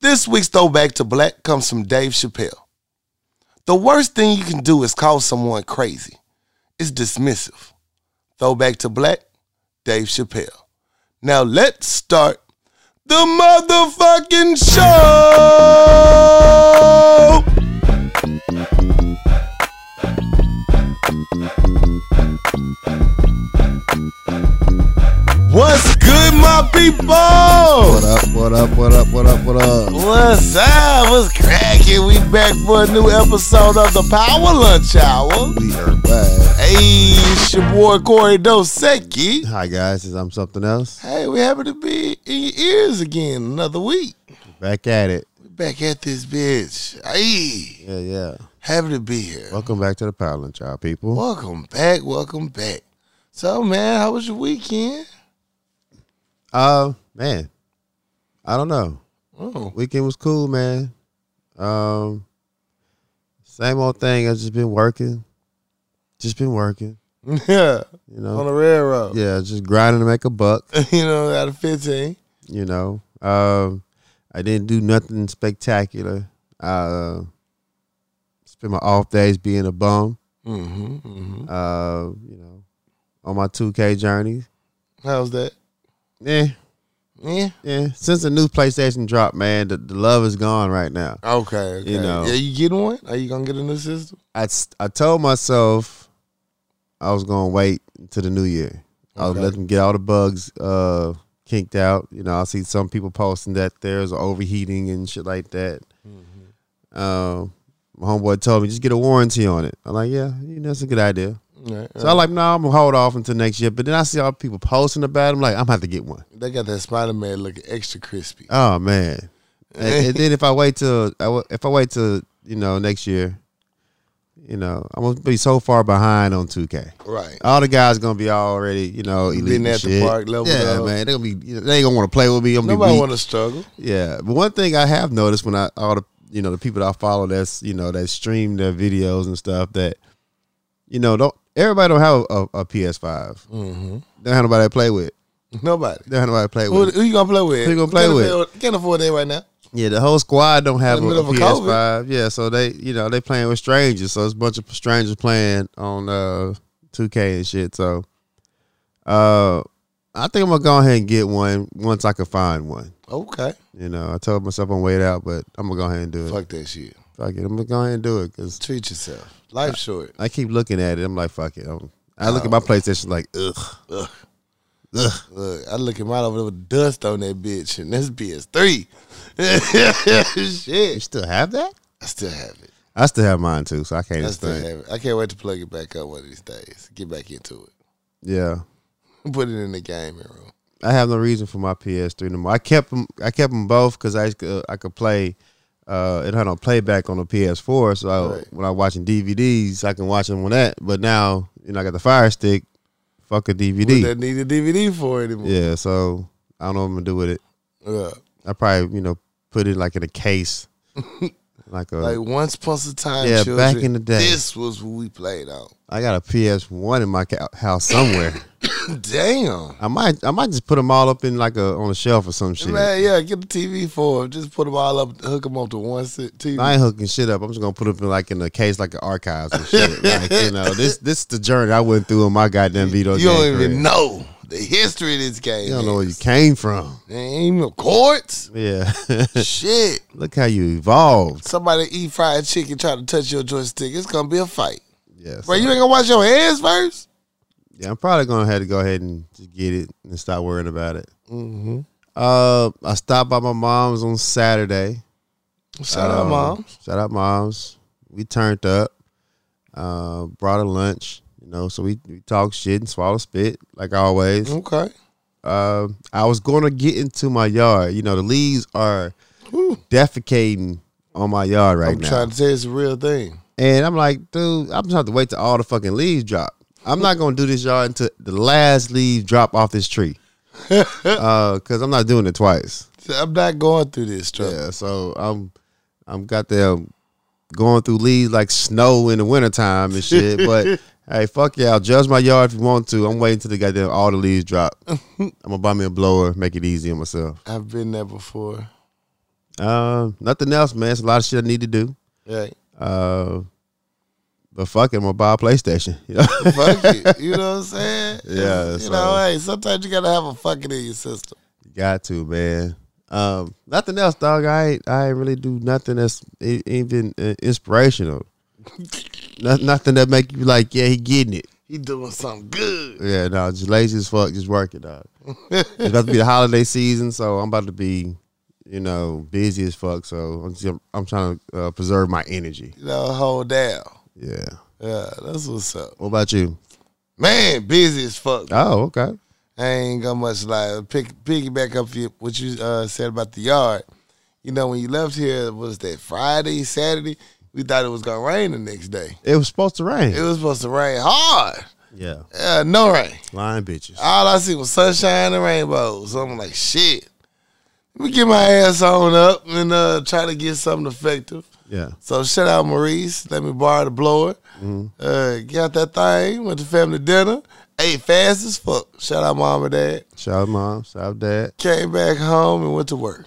This week's throwback to black comes from Dave Chappelle. The worst thing you can do is call someone crazy. It's dismissive. Throwback to black, Dave Chappelle. Now let's start the motherfucking show. What's good, my people? What up, what up, what up, what up, what up? What's up? What's cracking? We back for a new episode of the Power Lunch Hour. We are back. Hey, it's your boy Corey Dosecki. Hi guys, is I'm something else? Hey, we happy to be in your ears again another week. Back at it. We back at this bitch. Hey, Yeah, yeah. happy to be here. Welcome back to the Power Lunch, y'all people. Welcome back. Welcome back. So, man, how was your weekend? Uh man. I don't know. Oh, Weekend was cool, man. Um same old thing. I've just been working. Just been working. yeah, You on know. the railroad. Yeah, just grinding to make a buck. you know, out of fifteen. you know. Um, I didn't do nothing spectacular. Uh, spent my off days being a bum. Mm-hmm, mm-hmm. Uh, you know, on my two K journeys. How's that? Yeah, Yeah. yeah. eh. Since the new PlayStation dropped, man, the, the love is gone right now. Okay. okay. You know. Yeah, you get one? Are you gonna get a new system? I s- I told myself I was gonna wait until the new year. I was Okay. let them get all the bugs uh kinked out. You know, I see some people posting that there's overheating and shit like that. Um, my homeboy told me just get a warranty on it. I'm like, yeah, you know, that's a good idea. Yeah, So I'm like, no, I'm gonna hold off until next year. But then I see all people posting about it. I'm like, I'm gonna have to get one. They got that Spider Man looking extra crispy. Oh man. and, and then if I wait till I wa- if I wait till you know next year, you know I'm gonna be so far behind on 2K. Right. All the guys gonna be already you know elite Been and at the shit. park, leveled Yeah, up. man, they gonna be you know, they ain't gonna want to play with me. I'm gonna Nobody be want weak. to struggle. Yeah, but one thing I have noticed when I all the you know the people that I follow that's you know that stream their videos and stuff that you know don't everybody don't have a, a PS5. Mm-hmm. They don't have nobody to play with. Nobody. They don't have nobody to play Who, with. who you gonna play with? Who you gonna play Can't with? afford- Can't afford that right now. Yeah, the whole squad don't have In a, the a middle of a PS5. Yeah, so they you know they playing with strangers. So it's a bunch of strangers playing on uh 2K and shit. So uh I think I'm gonna go ahead and get one once I can find one. Okay. You know, I told myself I'm wait out, but I'm gonna go ahead and do it. Fuck that shit. Fuck it, I'm gonna go ahead and do it because Treat yourself. Life's short. I keep looking at it. I'm like, fuck it. I'm, I look at my PlayStation like, ugh, Ugh. ugh. Look, I look at mine over there with dust on that bitch, and that's PS3. You shit. still have that? I still have it. I still have mine too, so I can't I just still think. have it. I can't wait to plug it back up one of these days. Get back into Yeah. it. Put it in the gaming room. I have no reason for my PS3 no more. I kept them. I kept them both because I could, I could play. Uh, it had on playback on the PS4, so I, Right. when I'm watching DVDs, I can watch them on that. But now, you know, I got the Fire Stick. Fuck a Would DVD. that need a DVD for anymore? yeah, so I don't know what I'm gonna do with it. Yeah. I probably, you know, put it like in a case, like uh, a. Like once upon a time, Yeah, children, back in the day. this was what we played on. I got a PS1 in my ca- house somewhere. Damn. I might, I might just put them all up in like a on a shelf or some shit. Man, yeah, get the TV for 'em. Just put them all up, hook them up to one sit- TV. I ain't hooking shit up. I'm just gonna put it in like in a case, like an archives and shit. like you know, this this is the journey I went through in my goddamn veto. you don't game even career. know the history of this game. You don't know where you is. came from. There ain't no courts. Yeah, Shit. look how you evolved. Somebody eat fried chicken, try to touch your joystick. It's gonna be a fight. Yeah, so- Bro, you ain't gonna wash your hands first. yeah, I'm probably gonna have to go ahead and just get it and stop worrying about it. Mm-hmm. Uh, I stopped by my mom's on Saturday. Shout out, Um, mom. Shout out, moms. We turned up. Uh, brought her lunch. You know, so we we talked shit and swallow spit like always. Okay. uh, I was going to get into my yard. You know, the leaves are Whew. defecating on my yard right I'm now, trying to tell you it's a real thing. and I'm like, dude, I'm gonna have to wait till all the fucking leaves drop. I'm not gonna do this yard until the last leaves drop off this tree, because I'm not doing it twice. I'm not going through this, struggle. Yeah, so I'm, I'm got them going through leaves like snow in the wintertime and shit. but hey, fuck y'all, judge my yard if you want to. I'm waiting till the goddamn all the leaves drop. I'm gonna buy me a blower, make it easy on myself. I've been there before. Uh, nothing else, man. It's a lot of shit I need to do. Right. Uh, but fuck it, I'm gonna buy a PlayStation. You know, Fuck it. You know what I'm saying? Yeah, You so- know, hey, sometimes you gotta have a fucking in your system. got to man. Um, nothing else, dog. I ain't, I ain't really do nothing that's e- even uh, inspirational. Not, nothing that make you be like, yeah, he getting it. He doing something good. Yeah, no, just lazy as fuck, just working, dog. it's about to be the holiday season, so I'm about to be, you know, busy as fuck. So I'm just, I'm trying to uh, preserve my energy. You know, hold down. Yeah. Yeah, that's what's up. What about you? Man, busy as fuck. Oh, okay. I ain't got much like pick piggyback up your, what you uh, said about the yard. You know, when you left here, what was that Friday, Saturday? We thought it was gonna rain the next day. It was supposed to rain. It was supposed to rain hard. yeah, Yeah, no rain. lying bitches. All I see was sunshine and rainbows. So I'm like, shit. Let me get my ass on up and uh, try to get something effective. yeah, So shout out Maurice. Let me borrow the blower. Uh, got that thing. Went to family dinner. Ate fast as fuck. Shout out mom and dad. shout out mom, shout out dad. Came back home and went to work.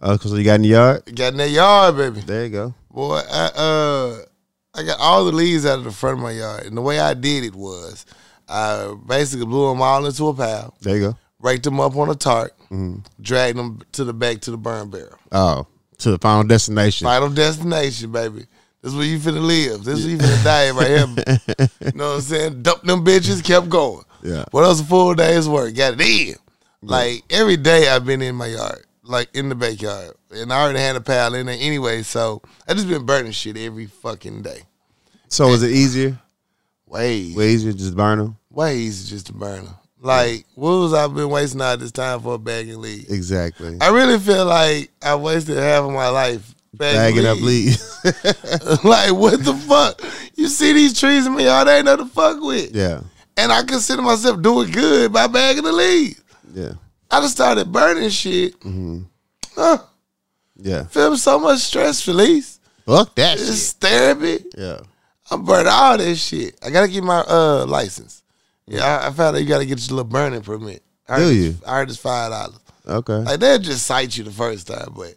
Uh, cause you got in the yard. Got in that yard, baby. There you go. Boy, I uh I got all the leaves out of the front of my yard. And the way I did it was I basically blew them all into a pile, There you go. raked them up on a tarp, dragged them to the back to the burn barrel. Oh, to the final destination. Final destination, baby. This is where you finna live. This is where you finna die right here. you know what I'm saying? Dump them bitches, kept going. Yeah. Well, that was a full day's work. Got it in. Like every day I've been in my yard, like in the backyard. And I already had a pile in there anyway, so I just been burning shit every fucking day. So is it easier? Way, Way easier to just burn them. way easy just to burn them. Like, what was I been wasting all this time for a bagging league? Exactly. I really feel like I wasted half of my life bagging, Bagging up leaves. leaves. like, what the fuck? You see these trees in my yard, they ain't nothing to fuck with. yeah, And I consider myself doing good by bagging the leaves. yeah, I just started burning shit. Mm-hmm. Huh, yeah. feel so much stress release. Fuck that shit. It's therapy. Yeah. I'm burning all this shit. I gotta get my uh license. Yeah, I, I found out you gotta get your little burning permit. I Do heard it's- you? I heard it's five dollars. Okay. Like they'll just cite you the first time, but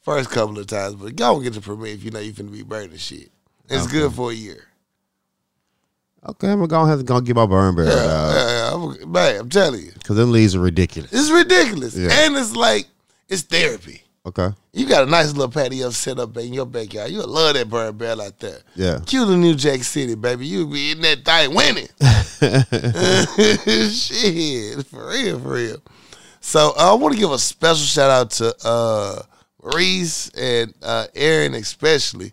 first couple of times, but go and get your permit if you know you finna be burning shit. It's good for a year. Okay, I'm gonna have to go get my burn barrel Yeah, out yeah, yeah, I'm, man, I'm telling you, because them leaves are ridiculous. it's ridiculous, Yeah. and it's like it's therapy. Okay. You got a nice little patio set up in your backyard. You'll love that burn barrel out there. Yeah. Cue the New Jack City, baby. You be in that thing winning. Shit, for real, for real. So uh, I want to give a special shout out to uh, Reese and uh, Aaron, especially.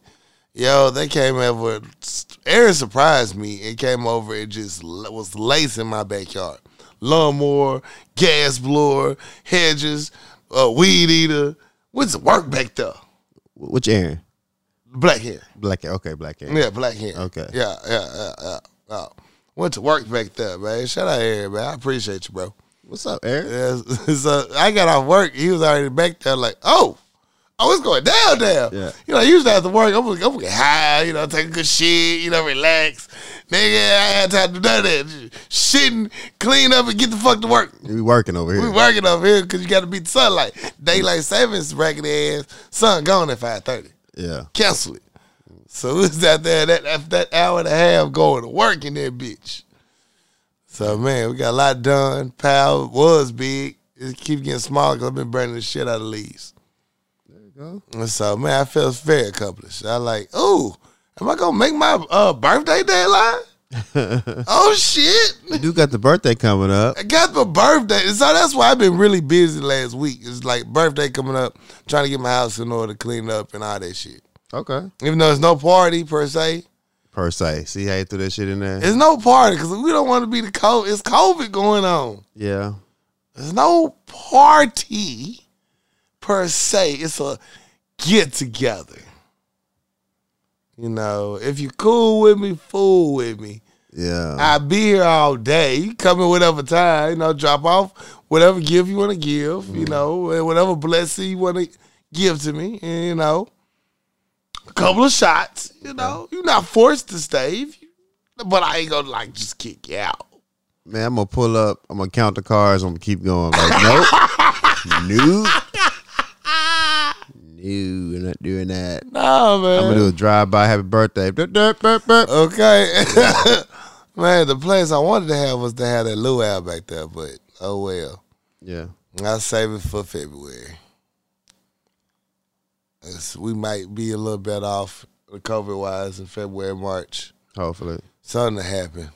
Yo, they came over. Aaron surprised me and came over and just l- was lacing my backyard. Lawnmower, gas blower, hedges, uh, weed eater. What's the work back there? Which Aaron? Black hair. Black. Okay, black Aaron. Yeah, black hair. Okay. Yeah, yeah, yeah, yeah. yeah. Went to work back there, man. Shout out Aaron, man. I appreciate you, bro. What's up, Aaron? Yeah, so I got off work. He was already back there, like, oh, oh, it's going down there. Yeah. You know, I usually after work, I'm gonna I'm gonna get high, you know, take a good shit, you know, relax. Nigga, I had time to do none of that. Shitting, clean up, and get the fuck to work. We working over here. We working over here because you got to beat the sunlight. Daylight savings, ragged ass. Sun gone at 5.30 yeah. cancel it. So it was out there that after that hour and a half going to work in that bitch. So man, we got a lot done. Pal was big. It keep getting smaller because I've been burning the shit out of leaves. go. And so man, I felt very accomplished. I like, ooh, am I gonna make my uh, birthday deadline? oh shit. You do got the birthday coming up. I got my birthday. So that's why I've been really busy last week. It's like birthday coming up, trying to get my house in order, clean up and all that shit. Okay. Even though there's no party per se, Per se. See how you threw that shit in there? It's no party because we don't want to be the COVID. It's COVID going on. yeah. There's no party per se. It's a get together. You know, if you cool with me, fool with me. Yeah. I be here all day. You come in whatever time, you know, drop off whatever gift you want to give, you know, and whatever blessing you want to give to me, and you know, a couple of shots, you know. You're not forced to stay, if you- but I ain't gonna like just kick you out. Man, I'm gonna pull up. I'm gonna count the cars. I'm gonna keep going. Like, nope. nope. No, we're not doing that. Nah, man. I'm gonna do a drive by happy birthday. Burp, burp, burp, burp. Okay. Man, the place I wanted to have was to have that luau back there, but oh well. Yeah. I'll save it for February. As we might be a little bit off COVID wise in February, March. Hopefully. Something to happen.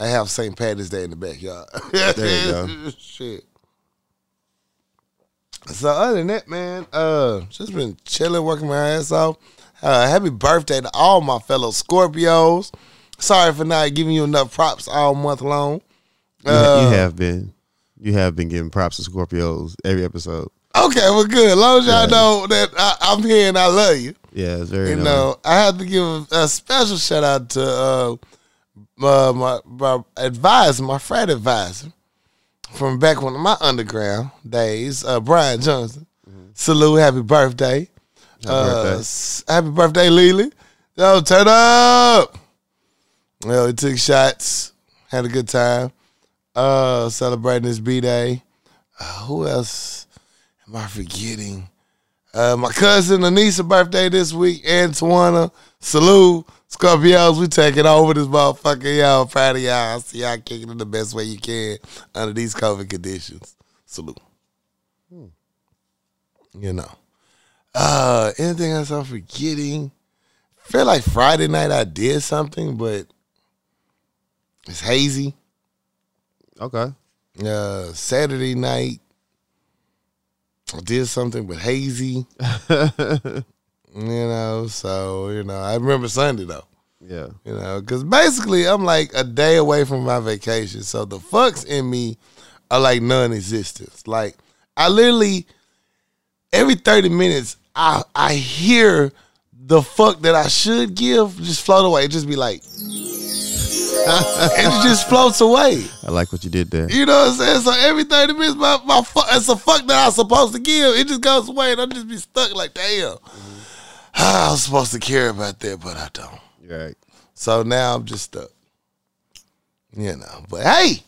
I have St. Patty's Day in the backyard. There you go. Shit. So other than that, man, uh, just been chilling, working my ass off. Uh, happy birthday to all my fellow Scorpios. Sorry for not giving you enough props all month long. You, ha- Uh, you have been. You have been giving props to Scorpios every episode. Okay, well, good. As long as y'all Yeah. know that I, I'm here and I love you. Yeah, it's very You annoying. know, I have to give a, a special shout out to uh, my, my my advisor, my frat advisor from back when my underground days, uh, Brian Johnson. Salute, happy birthday. Happy, birthday. happy birthday, Lily. Yo, turn up. Well, we took shots, had a good time, uh, celebrating his B day. Uh, who else am I forgetting? Uh, my cousin Anissa birthday this week, Antoine, Salute, Scorpios, we taking over this motherfucker, y'all. Proud of y'all. I see y'all kicking it the best way you can under these COVID conditions. Salute. You know. Uh, anything else I'm forgetting? Feel like Friday night I did something, but it's hazy. Okay. Uh, Saturday night I did something, but hazy. You know, so you know, I remember Sunday though. yeah. You know, because basically I'm like a day away from my vacation, so the fucks in me are like non-existent. Like I literally every thirty minutes I I hear the fuck that I should give just float away. It just be like it just floats away. I like what you did there. You know what I'm saying? So every 30 minutes, my, my fuck, it's a fuck that I'm supposed to give. It just goes away and I just be stuck like, damn. I was supposed to care about that, but I don't. You're right. So now I'm just stuck. You know, but hey,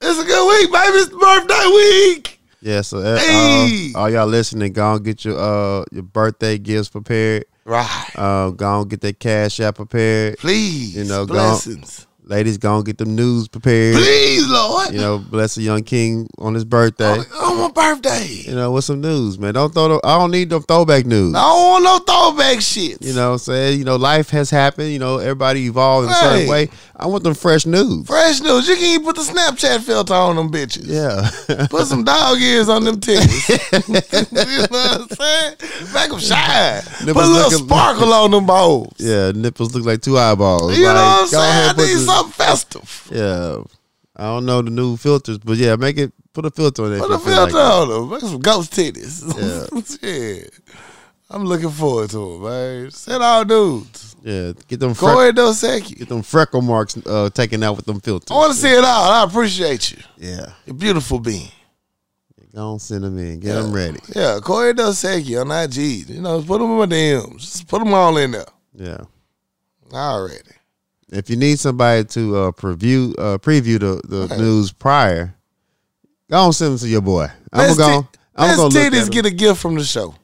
it's a good week, baby. It's birthday week. Yeah, so uh, Hey! all, all y'all listening, go and get your uh your birthday gifts prepared. Right. Uh, go and get that cash app prepared. Please. You know, go- blessings. Ladies, go and get them news prepared. Please, Lord. You know, bless a young king on his birthday. on my birthday. You know, with some news, man. Don't throw. The, I don't need them throwback news. I don't want no throwback shit. You know, what I'm saying you know, life has happened. You know, everybody evolved in a Hey. certain way. I want them fresh news. Fresh news. You can even put the Snapchat filter on them bitches. Yeah, Put some dog ears on them titties. you know what I'm saying? Make them shine. Put a Nipples little looking- sparkle on them balls. yeah. Nipples look like two eyeballs. You know Like, what I'm go ahead saying? I and put need the- something festive. Yeah, I don't know the new filters, but yeah, make it put a filter on it. if Put a you feel like filter on them. Make some ghost titties. Yeah. Yeah. I'm looking forward to it, man. Send all dudes. it. Yeah, get them freckle, Corey Dosecki. get them freckle marks uh, taken out with them filters. I want to see it all. I appreciate you. yeah, You're a beautiful being. go on, send them in, get them ready. Yeah, Corey Dosecki on IG. You know, put them in my DMs. Just put them all in there. Yeah, Already. if you need somebody to uh, preview uh, preview the, the Right. news prior, go on, send them to your boy. I'm Best gonna ti- I'm best gonna look at titties 'em. get a gift from the show.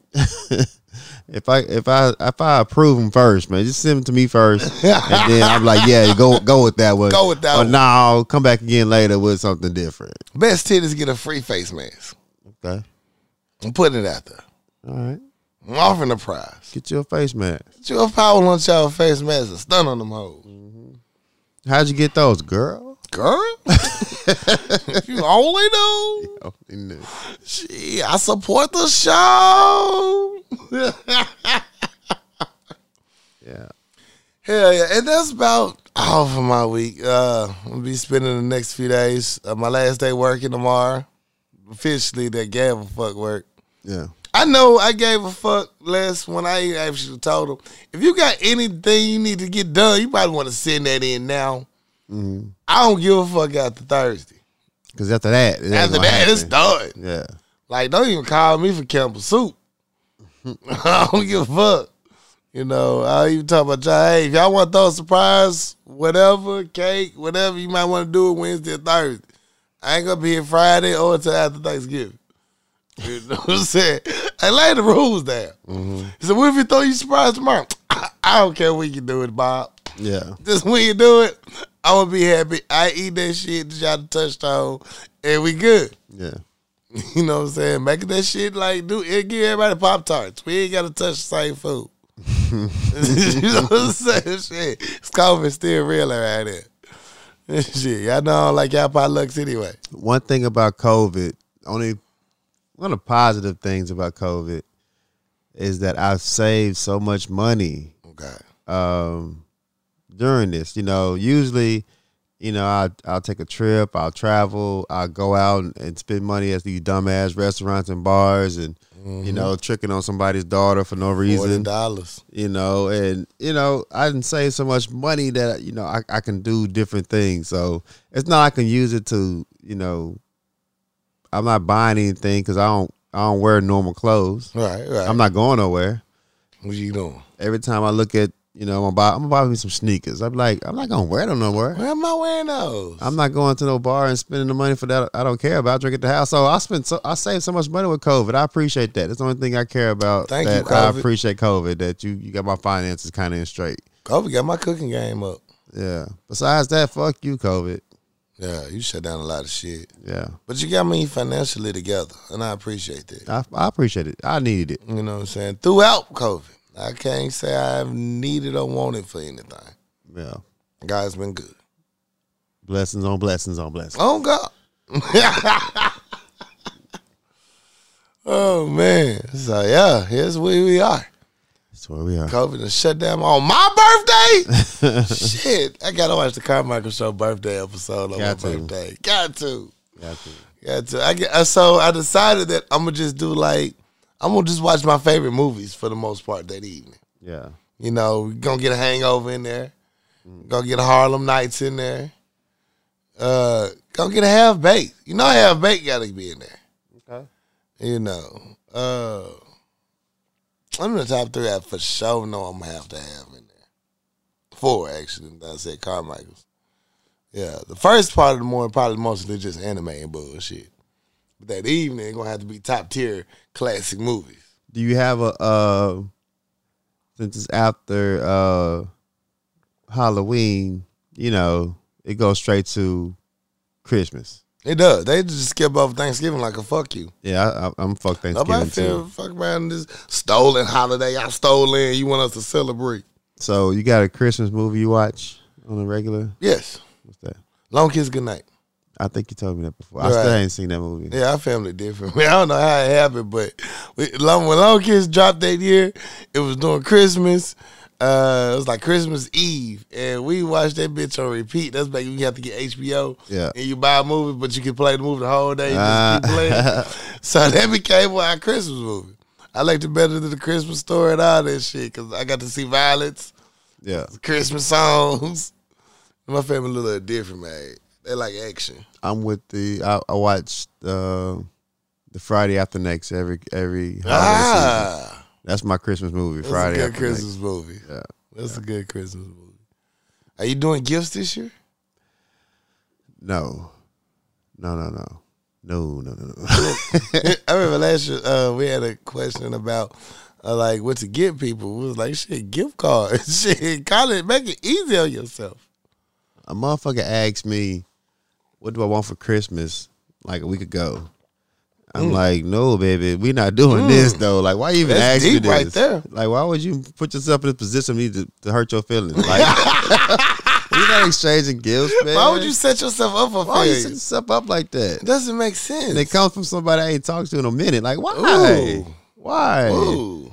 if I if I if I approve them first, man, just send them to me first, and then I'm like, yeah, go go with that one. Go with that Or one. nah, come back again later with something different. Best titties get a free face mask. Okay. I'm putting it out there. All right. I'm offering a prize. Get your face mask. Get you a power lunch y'all face mask and stun on them hoes. How'd you get those, girl? Girl, if you only know. Oh, he knew. Gee, I support the show. Yeah. Hell yeah. And that's about all for my week. Uh, I'm going to be spending the next few days. Uh, my last day working tomorrow. Officially, that gave a fuck work. Yeah. I know I gave a fuck less when I actually told him. If you got anything you need to get done, you probably want to send that in now. I don't give a fuck after Thursday. Because Mm-hmm. after that, it ain't After gonna that, it's happen. done. Yeah. Like, don't even call me for Campbell Soup. I don't give a fuck. You know, I don't even talk about y'all. Hey, if y'all want to throw a surprise, whatever, cake, whatever, you might want to do it Wednesday or Thursday. I ain't gonna be here Friday or until after Thanksgiving. You know what I'm saying? They laid the rules down. He said, "What if you throw you surprise tomorrow? I, I don't care when you do it, Bob. Yeah. Just when you do it, I'm gonna be happy. I eat that shit that y'all touched on, and we good. Yeah. You know what I'm saying? Making that shit like do it give everybody pop tarts. We ain't gotta touch the same food. you know what I'm saying? Shit, scoffing still real right there. shit, y'all know I don't like y'all potlucks anyway. One thing about COVID, only one of the positive things about COVID is that I've saved so much money Oh God, um, during this. You know, usually, you know, I I'll take a trip, I'll travel, I'll go out and, and spend money at these dumbass restaurants and bars, and you know, tricking on somebody's daughter for no forty reason. dollars. You know, and you know, I didn't save so much money that you know I, I can do different things. So it's not I can use it to you know, I'm not buying anything because I don't I don't wear normal clothes. Right, right. I'm not going nowhere what you doing? every time I look at, you know, I'm about I'm about to buy me some sneakers. I'm like, I'm not gonna wear them nowhere. Where am I wearing those? I'm not going to no bar and spending the money for that. I don't care about. I drink at the house. So I spent so I saved so much money with COVID. I appreciate that. That's the only thing I care about. Thank you, that I COVID. appreciate COVID that you you got my finances kind of in straight. Kobe got my cooking game up. Yeah. Besides that, fuck you, COVID. Yeah, you shut down a lot of shit, Yeah. but you got me financially together, and I appreciate that. I, I appreciate it. I needed it. You know what I'm saying? Throughout COVID, I can't say I've needed or wanted for anything. Yeah. God's been good. Blessings on blessings on blessings. Oh God. oh man. So yeah, here's where we are. That's where we are. COVID and shut down on my birthday. Shit, I gotta watch the Carmichael Show birthday episode on Got my to. birthday. Got to. Got you. Got to. I get, uh, so I decided that I'm gonna just do like I'm gonna just watch my favorite movies for the most part that evening. Yeah. You know, we gonna get a hangover in there. Gonna get Harlem Nights in there. Uh, gonna get a half baked. You know, half baked gotta be in there. Okay. You know, uh, I'm in the top three. I for sure know I'm gonna have to have in there. Four actually. I said Carmichael's. Yeah, the first part of the morning probably mostly just anime and bullshit. But that evening gonna have to be top tier classic movies. Do you have a uh since it's after uh Halloween, you know, it goes straight to Christmas. It does. They just skip over Thanksgiving like a fuck you. Yeah, I, I, I'm fuck Thanksgiving Nobody feel too. fuck around this stolen holiday. I stole in. You want us to celebrate? So you got a Christmas movie you watch on the regular? Yes. What's that? Long kiss goodnight. I think you told me that before. I Right. still ain't seen that movie. Yeah, our family different. I don't know how it happened, but we, long, when Long Kiss dropped that year, it was during Christmas. Uh, it was like Christmas Eve, and we watched that bitch on repeat. That's back when you have to get HBO. Yeah. and you buy a movie, but you can play the movie the whole day. You just keep Ah. playing. so that became our Christmas movie. I liked it better than the Christmas story and all that shit because I got to see violence. Yeah. Christmas songs. My family a little different, man. They like action. I'm with the I, I watched uh the Friday after next every every holiday season. Ah, That's my Christmas movie. that's Friday a good after Next. Christmas movie. Yeah. That's a good Christmas movie. Are you doing gifts this year? No. No, no, no. No, no, no, no. I remember last year uh, we had a question about uh, like what to get people. We was like, shit, gift cards. shit, call it, make it easy on yourself. a motherfucker asked me, "What do I want for Christmas?" Like a week ago. I'm Mm. like, "No, baby, we not doing this though. Like, why you even That's ask me deep this? right there. Like, why would you put yourself in a position of me to, to hurt your feelings? Like, we not exchanging gifts, man. Why would you set yourself up for Why you set failure? yourself up like that? It doesn't make And it sense. comes from somebody I ain't talked to in a minute. Like, why? Ooh. Why? Ooh,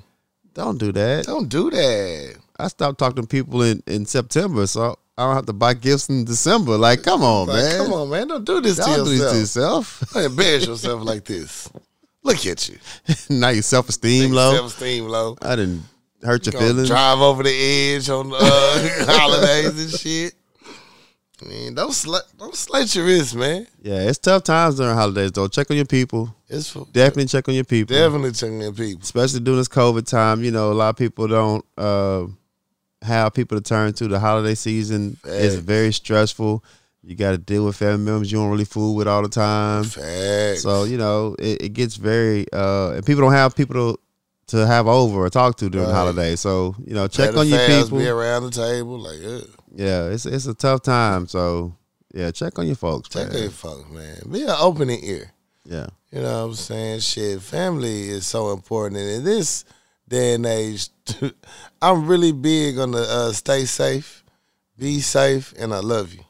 Don't do that. don't do that. I stopped talking to people in, in September, so I don't have to buy gifts in December. Like, come on, Like, man. come on, man, don't do this to Don't do this yourself. to yourself. Don't embarrass yourself like this. Look at you. now your self esteem low. Self esteem low. I didn't hurt your Gonna feelings. drive over the edge on uh, holidays and shit. Man, don't sl- don't slit your wrist, man. Yeah, it's tough times during holidays though. Check on your people. It's for Definitely check on your people. definitely checking in people. Especially during this COVID time, you know, a lot of people don't uh, have people to turn to. The holiday season is Facts. very stressful. You got to deal with family members you don't really fool with all the time. Facts. So you know, it, it gets very uh, and people don't have people to to have over or talk to during the Right. holiday. So you know, check Better on your fast people. Be around the table, like yeah. Yeah, it's it's a tough time. So yeah, check on your folks. Check man. their folks, man. Be an opening ear. Yeah, You know what I'm saying? Shit, family is so important. And in this day and age, I'm really big on the uh, stay safe, be safe, and I love you.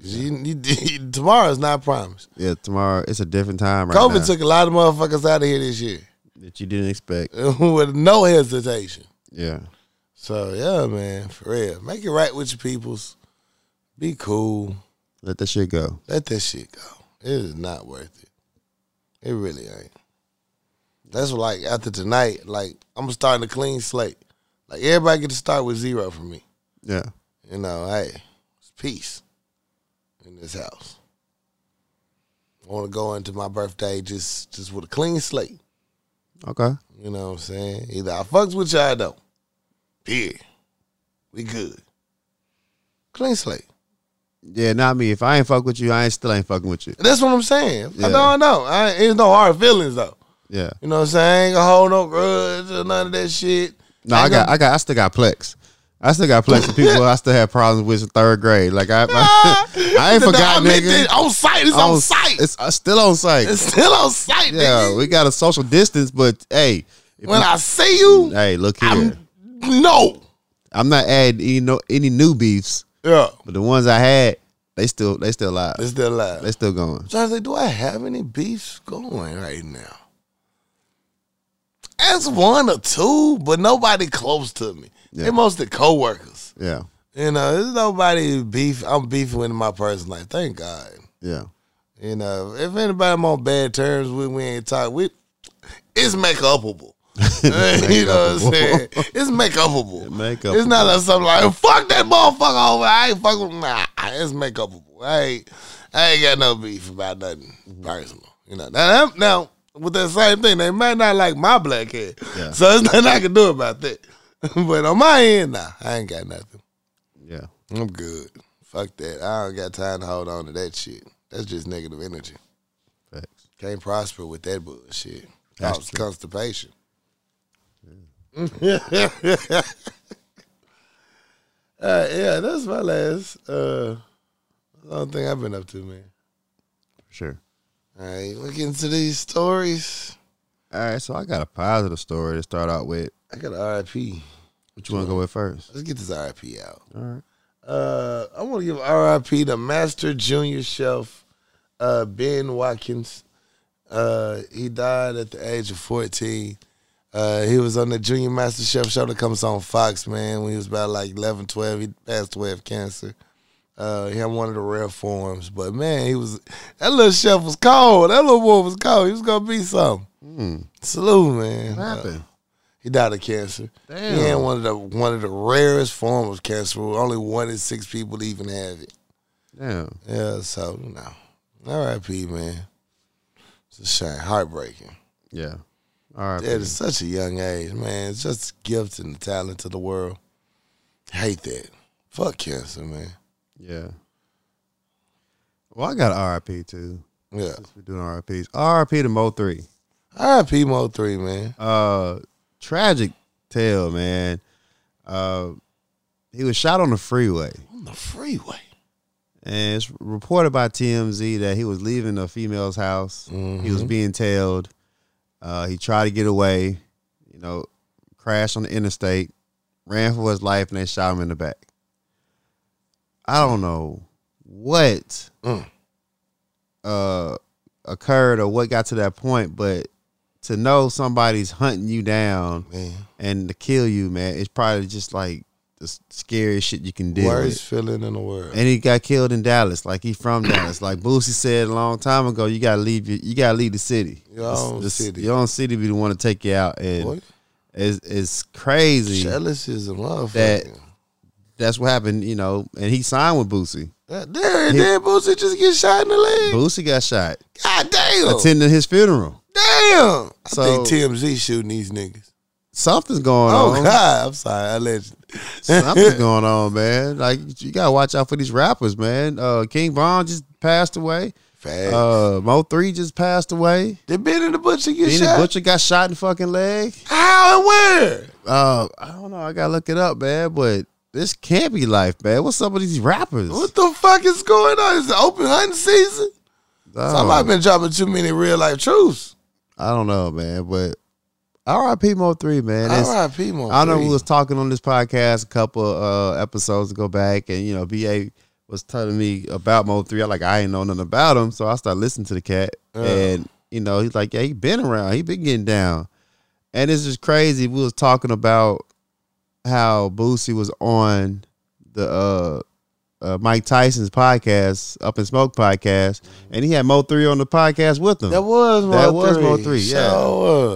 'Cause you- you- tomorrow's not promised. yeah. Tomorrow it's a different time right COVID now took a lot of motherfuckers out of here this year that you didn't expect. with no hesitation. Yeah, So, yeah, man, for real. Make it right with your peoples. Be cool. let that shit go. Let that shit go. It is not worth it. It really ain't. That's what, like after tonight, like I'm starting a clean slate. Like everybody get to start with zero for me. Yeah, You know, hey, it's peace in this house. I want to go into my birthday just just with a clean slate. okay. You know what I'm saying? Either I fucks with y'all or I don't. Yeah. We good. Clean slate. Yeah, not me. If I ain't fuck with you, I ain't still ain't fucking with you. That's what I'm saying. Yeah. I don't know. I, ain't- it's no hard feelings though. Yeah. You know what I'm saying? I ain't gonna hold no grudge or none of that shit. No, I Ain't got, gonna- I got, I still got Plex. I still got Plex. with people I still have problems with in third grade. Like I, I ain't Nah, forgot, meant nigga. it. On site, it's on, On- site. It's, It's uh, still on site. still on site, yeah, nigga. we got a social distance, but hey, if when you- I see you, hey, look here. I'm, I'm no. not adding any no, any new beefs, Yeah, but the ones I had, they still, they still alive. it's still alive. They still going. So I was like, do I have any beefs going right now? That's one or two, but nobody close to me. Yeah. They mostly coworkers. Yeah, You know, there's nobody beef. I'm beefing with in my personal life. Thank God. yeah, You know, if anybody I'm on bad terms with, we ain't talk. We it's make upable. you know what I'm saying? It's make upable. Make It's not like something like fuck that motherfucker over. I ain't fucking nah. It's make upable. I ain't I ain't got no beef about nothing personal. You know. Now, that- now with that same thing, they might not like my black hair. Yeah. So there's nothing I can do about that. but on my end, nah, I ain't got nothing. yeah, I'm good. Fuck that. I don't got time to hold on to that shit. That's just negative energy. facts. Can't prosper with that bullshit. That's Cause constipation. uh, yeah, that's my last. Uh, I don't think I've been up to, man. For sure. All right, we get into these stories. All right, so I got a positive story to start out with. I got an RIP. What you want to go with first? Let's get this RIP out. All right. Uh, I want to give RIP to Master Junior Chef uh, Ben Watkins. Uh, he died at the age of 14. Uh, he was on the Junior Master Chef show that comes on Fox, man, when he was about like 11, 12. He passed away of cancer. Uh, he had one of the rare forms, but man, he was that little chef was cold. That little boy was cold. He was gonna be something. Hmm. Salute, man. Uh, What happened? He died of cancer. Damn. He had one of the one of the rarest forms of cancer. Only one in six people even have it. Damn. Yeah, so you know, R.I.P. Man, it's a shame, heartbreaking. Yeah. All right. At such a young age, man, it's just a gift and a talent to the world. Hate that. Fuck cancer, man. Yeah. Well, I got RIP too. Yeah, Since we're doing RIPs, RIP to Mo three. R.I.P. Mo three, man. Uh, tragic tale, man. Uh, he was shot on the freeway, On the freeway. and it's reported by TMZ that he was leaving a female's house. He was being tailed. Uh, he tried to get away. You know, crashed on the interstate, ran for his life, and they shot him in the back. I don't know what Mm. uh occurred or what got to that point, but to know somebody's hunting you down Man, and to kill you, man, it's probably just like the s- scariest shit you can deal worst with. feeling in the world. And he got killed in Dallas, like he from Dallas. Like Boosie said a long time ago, you gotta leave your, you gotta leave the city. Your The s- own the s- city. Your own city be the one to take you out, and Boy, it's it's crazy. jealous is a motherfucker. That- That's what happened, you know. And he signed with Boosie. God damn, damn, Boosie just get shot in the leg. Boosie got shot God damn. attending his funeral. damn. I So- think TMZ shooting these niggas. something's going Oh on. God, I'm sorry, allegedly. Something's going on, man. Like you gotta watch out for these rappers, man. Uh, King Von just passed away. Facts. Uh, Mo Three just passed away. Did Ben and the Butcher get Benny shot? Butcher got shot in the fucking leg. How and where? Uh, I don't know. I gotta look it up, man. But this can't be life, man. What's up with these rappers? What the fuck is going on? Is it open hunting season? Dog, Somebody been dropping too many real life truths. Oh, I don't know, man. But R.I.P. Mo Three, man. It's- R.I.P. Mo. I know three. we was talking on this podcast a couple uh episodes ago back, and you know, BA was telling me about Mo Three. I like I ain't know nothing about him, so I started listening to the cat, Yeah. and you know, he's like, yeah, he been around, he been getting down, and it's just crazy. We was talking about how Boosie was on the uh, uh Mike Tyson's podcast, Up in Smoke podcast, and he had Mo Three on the podcast with Mm-hmm. him. That was Mo That three. was Mo three, Sure yeah.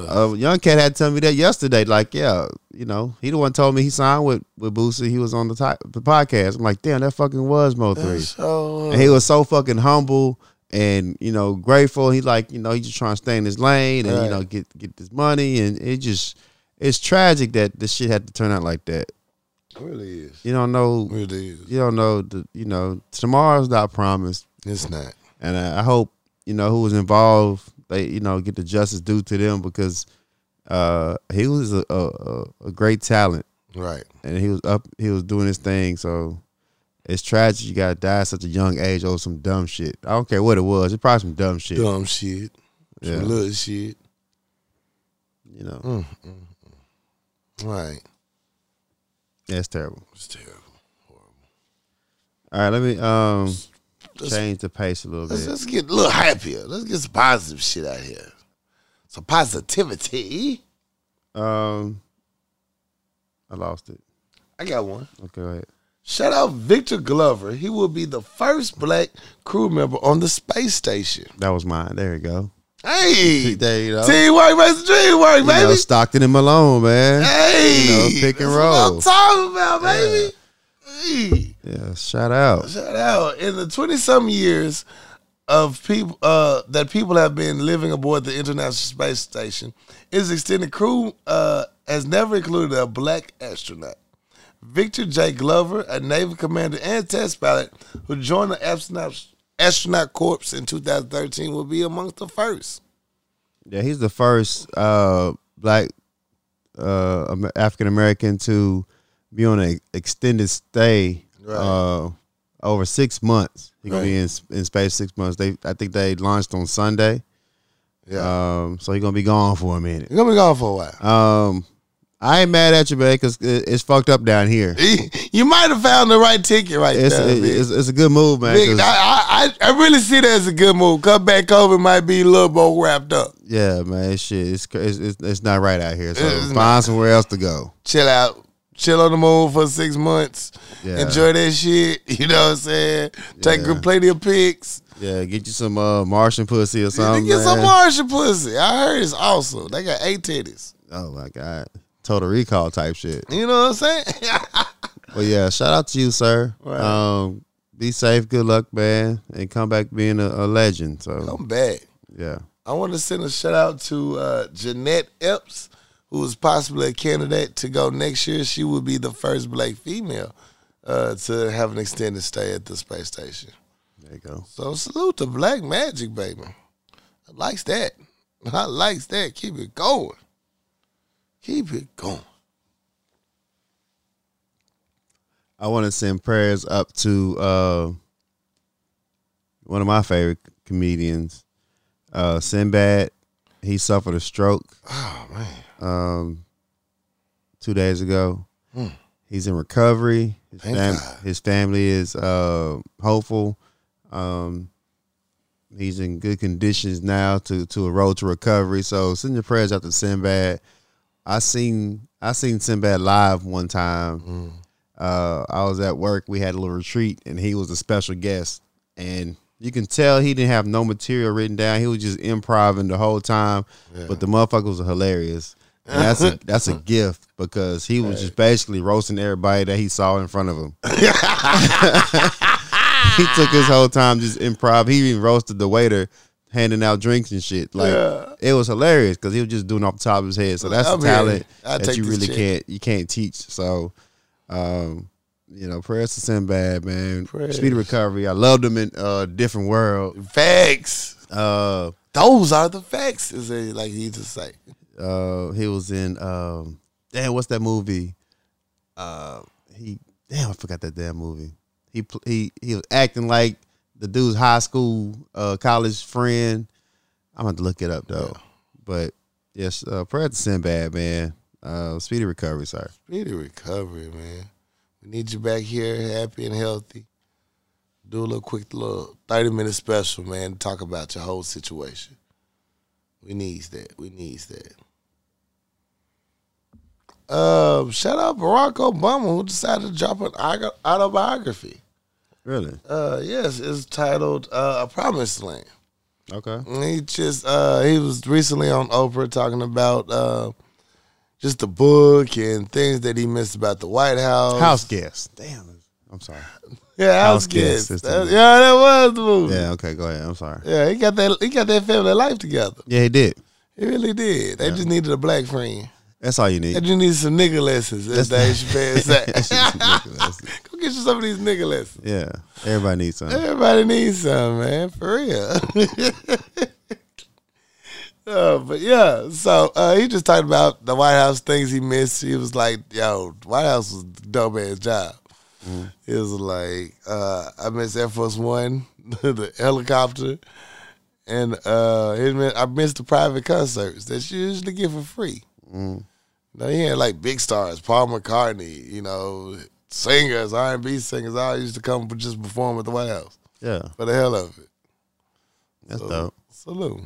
was. Uh, young cat had to tell me that yesterday. Like, yeah, you know, he the one told me he signed with with Boosie. He was on the, ti- the podcast. I'm like, damn, that fucking was Mo That three. sure was. And he was so fucking humble and you know grateful. He like you know he just trying to stay in his lane and Right. you know get get this money. And it just it's tragic that this shit had to turn out like that. really is. You don't know. Really is. You don't know. The, you know tomorrow's not promised. It's not. And I I hope you know who was involved. They you know get the justice due to them because uh, he was a, a, a- a great talent Right. and he was up. He was doing his thing. So it's tragic. You got to die at such a young age over some dumb shit. I don't care what it was. It's probably some dumb shit. Dumb shit. Yeah. Some little shit. You know, Mm, mm, mm. Right. that's terrible. It's terrible. All right, let me um Let's, change the pace a little let's, bit. let's get a little happier. Let's get some positive shit out here. Some positivity. Um, I lost it. I got one. Okay, go ahead. Shout out Victor Glover. He will be the first black crew member on the space station. that was mine. There you go. Hey, There you go. teamwork makes the dream work, You know, baby. Stockton and Malone, man. Hey, you know, pick and that's What roll. I'm talking about, baby. Hey, Yeah, shout out. shout out in the twenty some years of people uh, that people have been living aboard the International Space Station, its extended crew uh, has never included a black astronaut. Victor J. Glover, a Navy commander and test pilot who joined the astronaut, astronaut corps in 2013, will be amongst the first. Yeah, he's the first uh, black uh, African American to be on an extended stay Right. uh, over six months. He gonna be Right. in in space six months. They I think they launched on Sunday, Yeah, um, so he's gonna be gone for a minute. you're gonna be gone for a while. Um, I ain't mad at you, man, because it's fucked up down here. You might have found the right ticket right It's there. it- Vic. it's, it's a good move, man. Vic, 'cause- I, I, I I really see that as a good move. Come back over might be a little more wrapped up. yeah, man, shit, it's, cra- it's it's it's not right out here. So It's find not. somewhere else to go. Chill out. Chill on the moon for six months. Yeah. Enjoy that shit. You know what I'm saying? Take Yeah. good plenty of pics. Yeah, get you some uh, Martian pussy or something. They get some Oh, man. Martian pussy. I heard it's awesome. They got eight titties. Oh my god, total recall type shit. You know what I'm saying? Well, yeah, shout out to you, sir. Right. Um, be safe, good luck, man, and come back being a, a legend. So I'm back. yeah, I want to send a shout out to uh, Jeanette Epps, who is possibly a candidate to go next year. She will be the first black female uh, to have an extended stay at the space station. there you go. So salute to Black Magic, baby. I likes that. I likes that. Keep it going. Keep it going. I want to send prayers up to uh, one of my favorite comedians, uh, Sinbad. He suffered a stroke Oh man, um, two days ago. He's in recovery. Hmm. His, Thank fam- God. his family is uh, hopeful. Um, he's in good conditions now to to a road to recovery. So send your prayers out to Sinbad. I seen I seen Sinbad live one time. Uh, I was at work. We had a little retreat, and he was a special guest. And you can tell he didn't have no material written down. He was just improvising the whole time. But the motherfucker was hilarious. And that's a that's a gift because he was just basically roasting everybody that he saw in front of him. he took his whole time just improv. He even roasted the waiter handing out drinks and shit. Like Yeah. it was hilarious because he was just doing off the top of his head. So that's I'm the here. talent I'll that take you this really check. can't you can't teach. So, um, you know, prayers to Sinbad, man. Prayers. Speedy recovery. I loved him in uh, different world. Facts. Uh, Those are the facts, is it like he just say. uh, he was in um, damn, what's that movie? Uh, he damn, I forgot that damn movie. He pl- he he was acting like the dude's high school uh, college friend. I'm gonna look it up though. But yes, uh, prayer to Sinbad, man. Uh, speedy recovery, sir. Speedy recovery, man. We need you back here happy and healthy. Do a little quick little 30 minute special, man, to talk about your whole situation. We needs that. We needs that. Uh, shout out Barack Obama who decided to drop an auto- autobiography. Really? Uh, yes, it's titled uh, "A Promised Land." Okay. And He just uh, he was recently on Oprah talking about uh, just the book and things that he missed about the White House. House guest. Damn. I'm sorry. yeah, House, House Guest. Guest is the That- movie. yeah, that was the movie. Yeah. Yeah. Okay. Go ahead. I'm sorry. he got that he got that family life together. Yeah, he did. He really did. They just needed a black friend. That's all you They need. just needed some nigga lessons, as Dave Chappelle said. Ridiculous. Go get you some of these nigga lessons. yeah. Everybody needs something. Everybody needs some, man, for real. Uh, but yeah, so uh, he just talked about the White House things he missed. He was like, "Yo, White House was a dope ass job." He was like, uh, "I missed Air Force One, the helicopter, and uh, he mi- I missed the private concerts that you usually get for free." No, he had like big stars, Paul McCartney, you know, singers, R and B singers. All used to come just perform at the White House Yeah. for the hell of it. That's dope. Salute.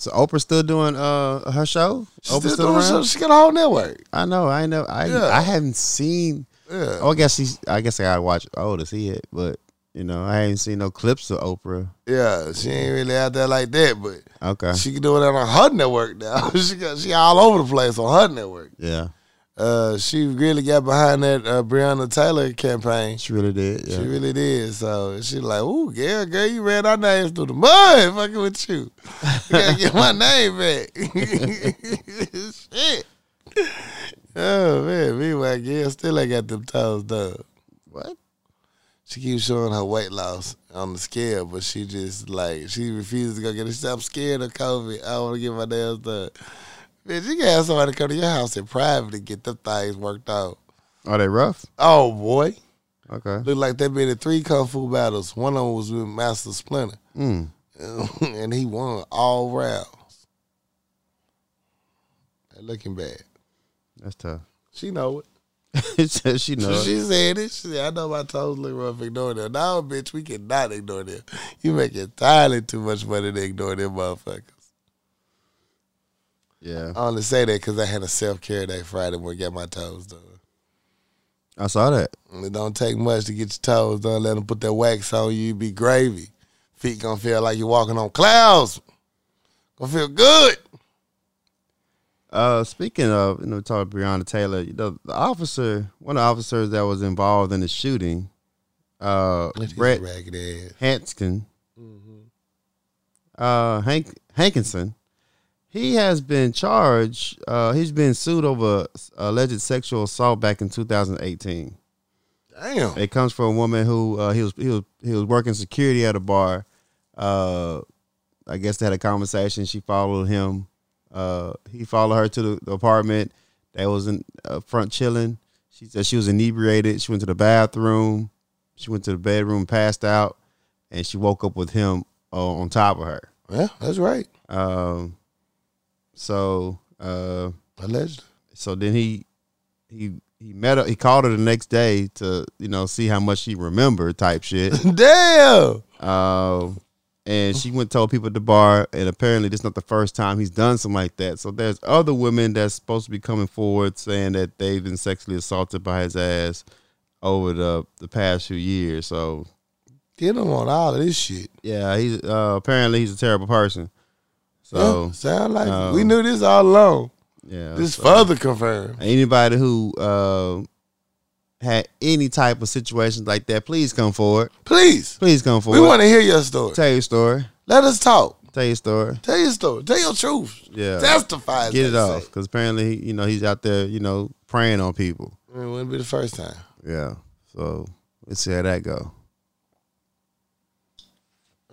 So Oprah's still doing uh her show. She's Oprah's still still doing around. shows. She got a whole network. I know. I know. I Yeah. I haven't seen. Yeah. Oh, I guess she's. I guess I gotta watch oh to see it. But you know, I haven't seen no clips of Oprah. Yeah, she ain't really out there like that, but Okay. she can do it on her network now. she got she all over the place on her network. yeah. Uh, she really got behind that uh, Breonna Taylor campaign. She really did. Yeah. She really did. So she like, ooh, girl, girl, you ran our names through the mud, fucking with you. You gotta get my name back. Shit. Oh man, meanwhile, girl still ain't got them toes done. what? She keeps showing her weight loss on the scale, but she just like she refuses to go get it. She said, I'm scared of COVID. I want to get my nails done. Bitch, you can have somebody come to your house in private and get them things worked out. Are they rough? Oh boy, Okay. look like they been in three kung fu battles. One of them was with Master Splinter, Mm. and he won all rounds. That looking bad. That's tough. She know it. Says she So knows. she said it. She said, I know my toes look rough ignoring them. No, bitch, we cannot ignore them. You make entirely too much money to ignore them motherfuckers. yeah. I only say that because I had a self care day Friday where I got my toes done. I saw that. And it don't take much to get your toes done. Let them put that wax on you. You be gravy. Feet gonna feel like you're walking on clouds. Gonna feel good. Uh, speaking of, you know, talking about Breonna Taylor, you know, the officer, one of the officers that was involved in the shooting, uh, Look at this Brett ragged ass. Hanskin, uh, Hank Hankinson, he has been charged. Uh, he's been sued over alleged sexual assault back in 2018. Damn. It comes from a woman who uh, he was he was he was working security at a bar. Uh, I guess they had a conversation. She followed him. Uh, he followed her to the, the apartment. They was in uh, front chilling. She said she was inebriated. She went to the bathroom. She went to the bedroom, passed out, and she woke up with him uh, on top of her. Yeah, that's right. Um, so uh, Alleged. so then he he he met her. He called her the next day to you know see how much she remembered type shit. Damn. Um, and she went and told people at the bar, and apparently this is not the first time he's done something like that. So there's other women that's supposed to be coming forward saying that they've been sexually assaulted by his ass over the the past few years. So Get them on all of this shit. yeah, he's uh, apparently he's a terrible person. So yeah, sound like um, we knew this all along. yeah, This so- further confirmed. anybody who uh, had any type of situations like that, please come forward. Please, Please come we forward. want to hear your story. tell your story. Let us talk. Tell your story. Tell your story. Tell your truth. Yeah. Testify. as Get they it say. off. Because apparently, he- you know, he's out there, you know, preying on people. It wouldn't be the first time. Yeah. So let's see how that go.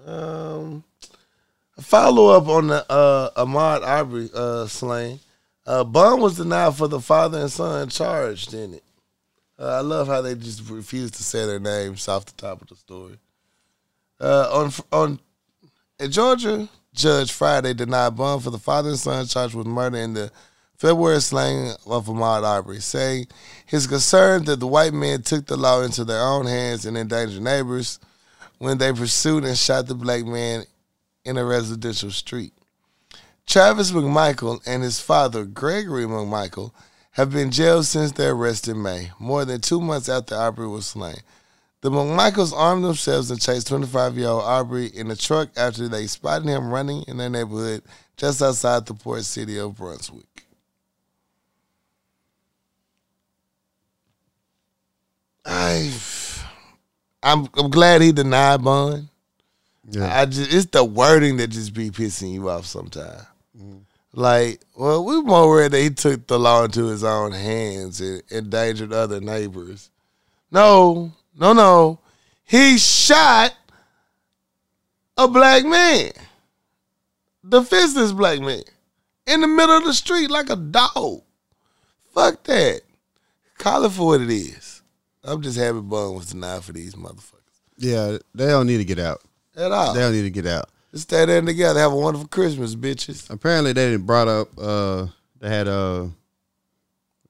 Um, a follow up on the uh, Ahmad Aubrey uh, slaying. Uh, bond was denied for the father and son charged in it. Uh, I love how they just refuse to say their names off the top of the story. Uh, on on a Georgia judge Friday denied bond for the father and son charged with murder in the February slaying of Ahmad Aubrey, saying his concern that the white men took the law into their own hands and endangered neighbors when they pursued and shot the black man in a residential street. Travis McMichael and his father, Gregory McMichael, have been jailed since their arrest in May, more than two months after Aubrey was slain. The McMichaels armed themselves and chased 25 year old Aubrey in a truck after they spotted him running in their neighborhood just outside the port city of Brunswick. I, I'm, I'm glad he denied bond. Yeah. I just it's the wording that just be pissing you off sometimes. Like, well, we more worried that he took the law into his own hands and endangered other neighbors. No, no, no. He shot a black man, defenseless black man, in the middle of the street like a dog. Fuck that. Call it for what it is. I'm just happy Bun was denied for these motherfuckers yeah. They don't need to get out. at all. They don't need to get out. Just Stay there together. Have a wonderful Christmas, bitches. Apparently, they done brought up. Uh, they had a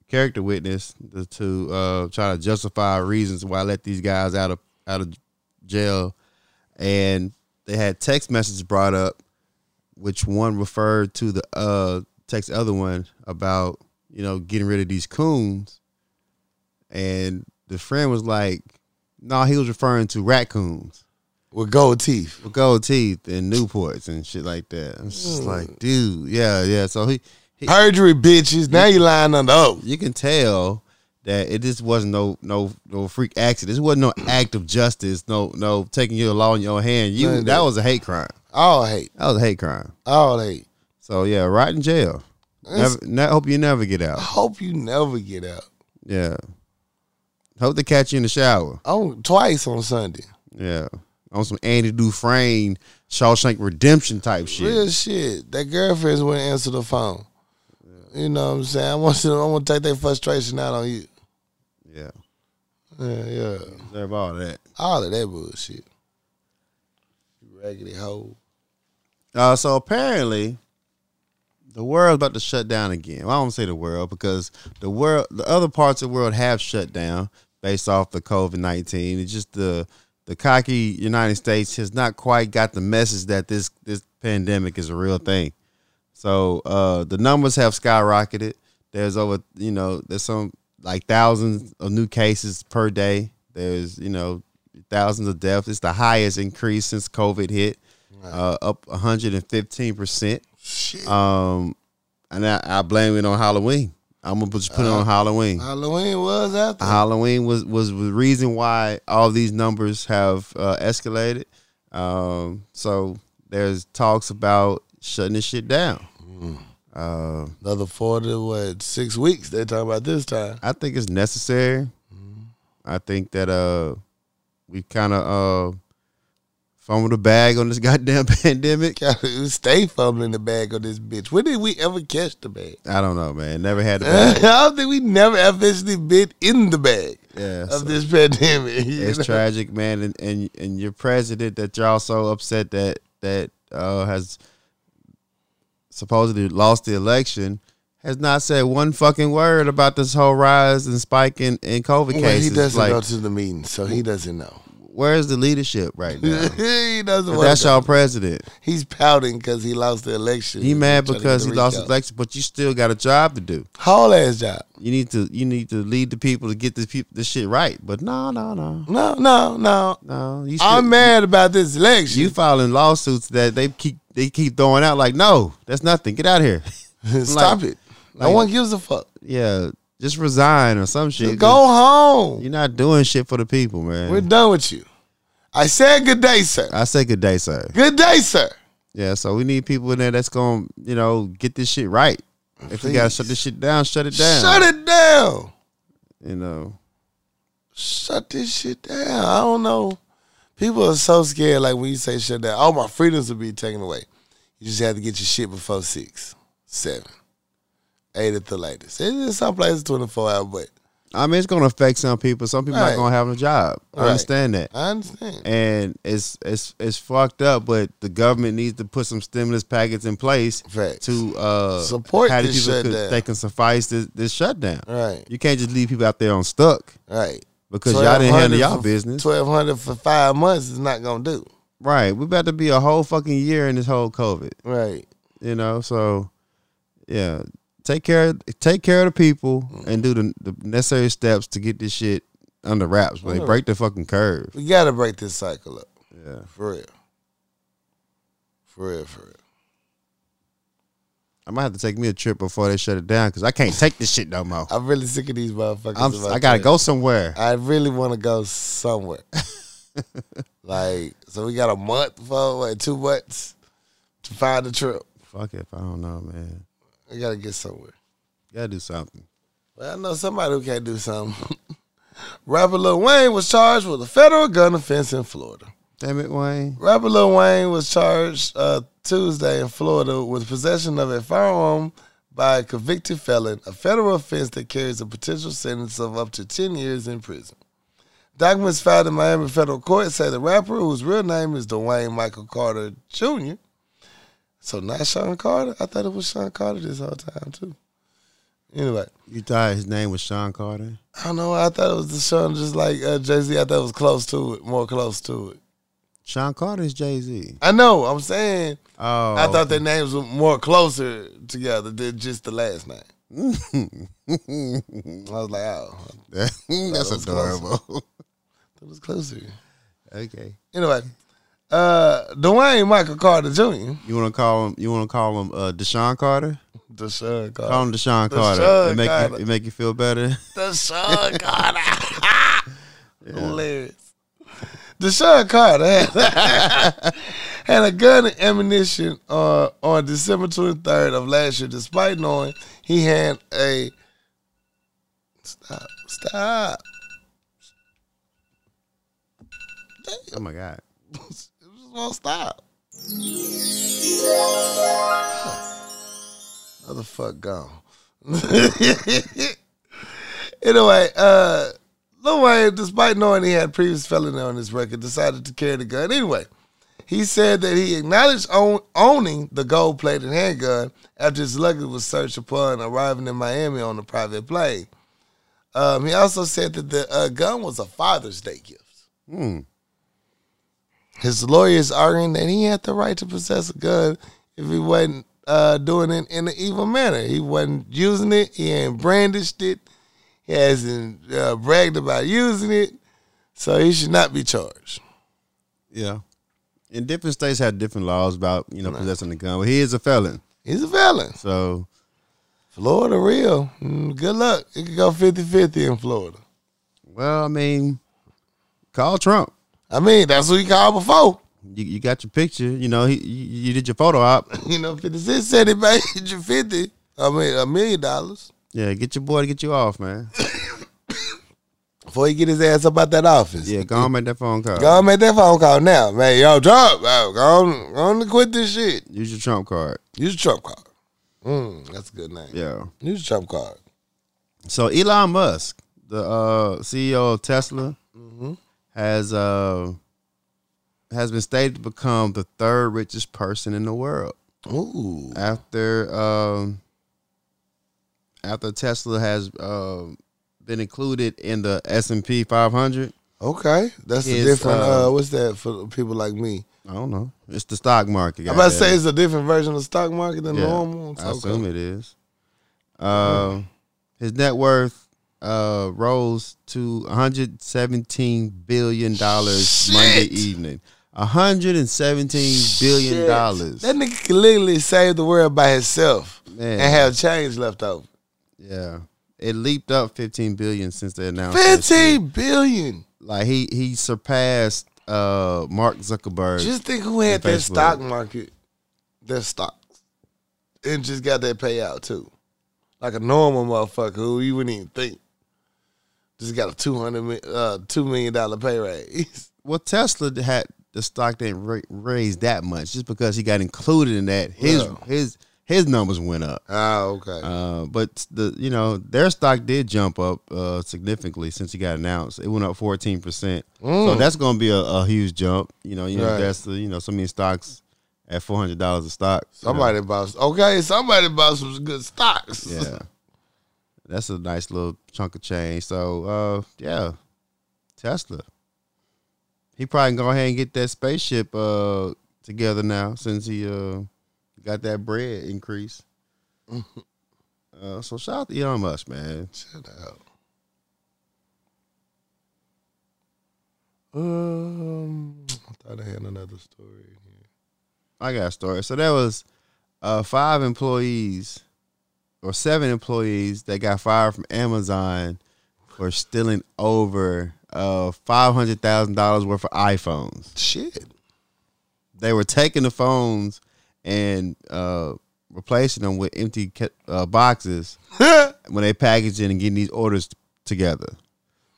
character witness to- to uh, try to justify reasons why I let these guys out of out of jail, and they had text messages brought up, which one referred to the uh, text other one about you know getting rid of these coons, and the friend was like, "No, he was referring to raccoons." With gold teeth. with gold teeth and Newports and shit like that. I'm just like, dude, yeah, yeah. So he, he Perjury, bitches. Now you lying under oath. you can tell that it just wasn't no no no freak accident. This wasn't no act of justice. No no taking your law in your own hand. You None of that that. was a hate crime. All hate. That was a hate crime. All hate. So yeah, right in jail. It's- Never, ne- hope you never get I out. hope you never get out. Yeah. Hope they catch you in the shower. Oh, twice on Sunday. Yeah. On some Andy Dufresne, Shawshank Redemption type shit. Real shit. That girlfriends wouldn't answer the phone. You know what I'm saying? I want you to, I want to take their frustration out on you. Yeah. Yeah, yeah. Deserve all that. All of that bullshit. You raggedy hoe. Uh, so apparently, the world's about to shut down again. Well, I don't say the world because the world, the other parts of the world have shut down based off the COVID nineteen. It's just the the cocky United States has not quite got the message that this this pandemic is a real thing. So uh, the numbers have skyrocketed. There's over, you know, there's some like thousands of new cases per day. There's, you know, thousands of deaths. It's the highest increase since COVID hit, uh, up 115 percent. Shit. Um, and I, I blame it on Halloween. I'm gonna just put it on Halloween. Uh-huh. Halloween was after. uh-huh. Halloween was was the reason why all these numbers have uh, escalated. Um, so there's talks about shutting this shit down. Uh, Another four to what? Six weeks. They talking about this time. I think it's necessary. I think that uh, we kind of uh, fumbled the bag on this goddamn pandemic. Gotta stay fumbling the bag on this bitch. When did we ever catch the bag? I don't know, man. Never had the I bag. don't think we never officially been in the bag Yeah, of so- this pandemic. you know? it's tragic, man, and, and and your president that y'all so upset that that uh, has supposedly lost the election has not said one fucking word about this whole rise and spike in, in COVID Well, he cases. doesn't like, go to the meeting, so he doesn't know. where's the leadership right now? he doesn't. want That's to. y'all president. He's pouting because he lost the election. He Trying mad to get because the he lost reach his out. election, but you still got a job to do. Whole ass job. You need to you need to lead the people to get this people this shit right. But no, no, no, No, no, no. no. You still- I'm mad about this election. you filing lawsuits that they keep they keep throwing out like no that's nothing get out of here Stop it. no like- one gives a fuck. yeah just resign or some shit Go home. you're not doing shit for the people man Uh, We're done with you. I said good day, sir. i say good day sir Good day, sir. Yeah, so we need people in there that's gonna, you know, get this shit right. If we gotta shut this shit down, shut it down. Shut it down. You know. Shut this shit down. I don't know. People are so scared. Like when you say shut down, all my freedoms will be taken away. You just have to get your shit before six, seven, eight at the latest. It is some places twenty four hour, but I mean it's gonna affect some people. Some people Right. not gonna have a job. Right. I understand that. I understand. And it's it's it's fucked up, but the government needs to put some stimulus packets in place Facts. to uh Support how this these people shutdown. could, they can suffice this, this shutdown. Right. You can't just leave people out there on stuck Right. because y'all didn't 1200 handle y'all for- business. 1200 for five months is not going to do. Right. We're about to be a whole fucking year in this whole COVID. Right. you know so yeah take care take care of the people and do the, the necessary steps to get this shit under wraps but Yeah. break the fucking curve We got to break this cycle up. yeah For real. For real, for real. i might have to take me a trip before they shut it down because i can't take this shit no more I'm really sick of these motherfuckers. I'm, if i gotta tell go somewhere you. I really want to go somewhere. like, so we got a month for like two months to find a trip. fuck if i don't know man We got to get somewhere. gotta do something Well, I know somebody who can't do something. Rapper Lil Wayne was charged with a federal gun offense in Florida. damn it wayne Rapper Lil Wayne was charged uh, Tuesday in Florida with possession of a firearm by a convicted felon, a federal offense that carries a potential sentence of up to 10 years in prison. Documents filed in Miami federal court say the rapper, whose real name is Dwayne Michael Carter Jr., so not Sean Carter. I thought it was Sean Carter this whole time, too. Anyway, you thought his name was sean carter I don't know. I thought it was the Sean, just like uh, Jay Z. I thought it was close to it, more close to it. sean carter is jay-z I know, I'm saying. oh I thought their names were more closer together than just the last name. I was like, oh, that's was close. adorable it was closer. okay Anyway, uh, Dwayne Michael Carter Jr., you want to call him you want to call him uh deshaun carter Deshaun Call Carter. him Deshaun Carter. Deshaun it make Carter. You, it make you feel better. Deshaun Carter. Hilarious. Deshaun Carter had- had a gun and ammunition uh, on December 23rd of last year, despite knowing he had a. Stop. Stop. oh my God. it just won't stop. Motherfucker gone. anyway, uh, Lil Wayne, despite knowing he had previous felony on his record, decided to carry the gun anyway. He said that he acknowledged own, owning the gold plated handgun after his luggage was searched upon arriving in Miami on a private plane. Um, he also said that the uh, gun was a Father's Day gift. Hmm. His lawyers arguing that he had the right to possess a gun if he wasn't uh, doing it in an evil manner. He wasn't using it. He ain't brandished it. He hasn't uh, bragged about using it. So he should not be charged. Yeah. And different states have different laws about you know possessing a gun. But he is a felon, He's a felon. so Florida real. Mm, good luck. It could go 50-50 in Florida. well, I mean, call Trump. I mean, that's what he called before. You, you got your picture. You know, he you, you did your photo op. You know, 50 Cent said he paid you 50. I mean, a million dollars. Yeah, get your boy to get you off, man. Before he get his ass up out that office. Yeah, go on make that phone call. Go on, make that phone call now, man. Yo, drop. Yo, go on, go on and quit this shit. Use your Trump card. Use a Trump card. Mm, that's a good name. Yeah. Use a Trump card. So Elon Musk, the uh, CEO of Tesla, Mm-hmm. has uh, has been stated to become the third richest person in the world Ooh. after um, after Tesla has uh, been included in the S and P 500. Okay. That's a It's, different, uh, uh, what's that for people like me? I don't know. It's the stock market. I'm about to goddamn. say it's a different version of the stock market than Yeah, normal. I assume it is. Uh, his net worth uh, rose to 117 billion dollars Monday Shit. evening. 117 billion dollars. That nigga can literally save the world by himself Man, and have change left over. yeah. It leaped up 15 billion since they announced. this shit. 15 billion. Like he he surpassed uh, Mark Zuckerberg. Just think who had that Facebook. stock market their stocks and just got that payout too. Like a normal motherfucker who you wouldn't even think just got a 200 mi- uh, $2 million pay raise. Well, Tesla had the stock didn't ra- raise that much just because he got included in that. His Yeah. his his numbers went up. ah, okay. Uh, but the you know their stock did jump up uh, significantly since he got announced. It went up fourteen percent, Mm. so that's going to be a, a huge jump. You know, you know Right. that's the, you know so many stocks at four hundred dollars a stock. you know. somebody bought, okay, somebody bought some good stocks. yeah, that's a nice little chunk of change. So uh, yeah, Tesla, he probably can go ahead and get that spaceship uh, together now since he uh, got that bread increase. Mm-hmm. Uh, so shout out to Elon Musk, man. Shut up. Um, I thought I had another story. in here. I got a story. So there was uh, five employees or seven employees that got fired from Amazon for stealing over uh, five hundred thousand dollars worth of iPhones. Shit. They were taking the phones and uh, replacing them with empty ca- uh, boxes when they packaging and getting these orders t- together.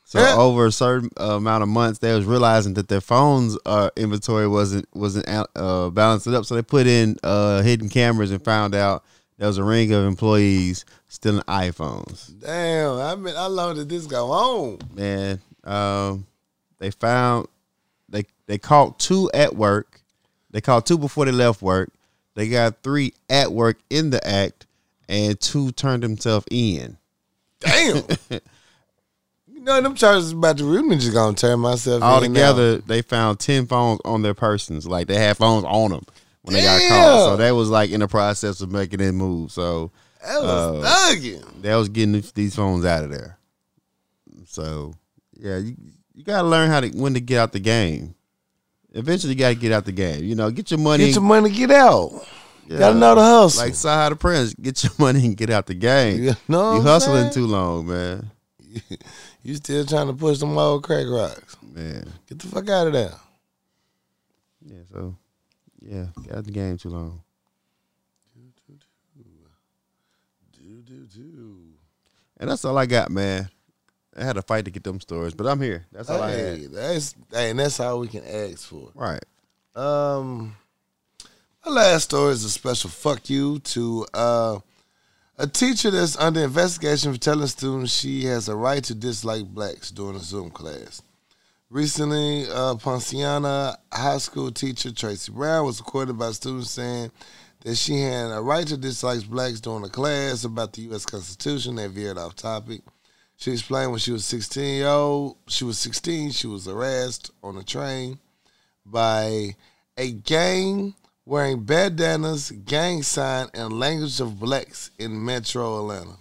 So Yeah. over a certain uh, amount of months, they was realizing that their phones uh, inventory wasn't wasn't out- uh, balanced up. So they put in uh, hidden cameras and found out there was a ring of employees stealing iPhones. Damn, I mean, how long did this go on? Man, um, they found they they caught two at work. They caught two before they left work. They got three at work in the act, and two turned themselves in. Damn. you know, them charges about to really just gonna turn myself All in together, they found ten phones on their persons. Like they had phones on them when they got caught. So Damn. they was like in the process of making that move. So Now. That Oh. was thugging. they was getting th- these phones out of there. So yeah, you you gotta learn how to when to get out the game. Eventually, you gotta get out the game. You know, get your money. Get your money, get out. yeah. Gotta know the hustle. Like Saha the Prince, get your money and get out the game. You know what you I'm hustling saying? too long, man. you still trying to push them old crack rocks. Man, Get the fuck out of there. yeah. So yeah, get out the game too long. Do, do, do. And that's all I got, man. I had a fight to get them stories, but I'm here. That's all I had. Hey, that's hey, and that's all we can ask for. Right. Um, my last story is a special fuck you to uh, a teacher that's under investigation for telling students she has a right to dislike blacks during a Zoom class. Recently, uh, Ponciana high school teacher Tracy Brown was recorded by students saying that she had a right to dislike blacks during a class about the U.S. Constitution that veered off topic. She explained when she was 16 year old, she was 16, she was harassed on a train by a gang wearing bandanas, gang sign, and language of blacks in metro Atlanta.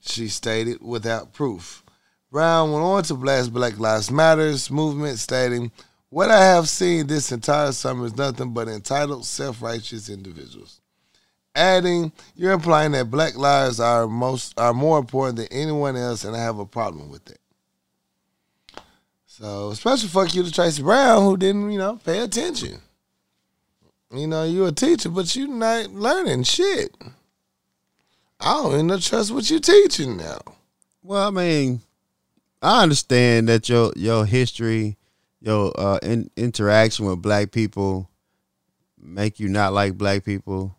She stated without proof. Brown went on to blast Black Lives Matters movement, stating, What I have seen this entire summer is nothing but entitled, self righteous individuals. Adding, you're implying that black lives are most are more important than anyone else, and I have a problem with that. So special fuck you to Tracy Brown who didn't, you know, pay attention. You know, you a teacher, but you not learning shit. I don't even know trust what you teaching now. Well, I mean, I understand that your your history, your uh, in, interaction with black people, make you not like black people.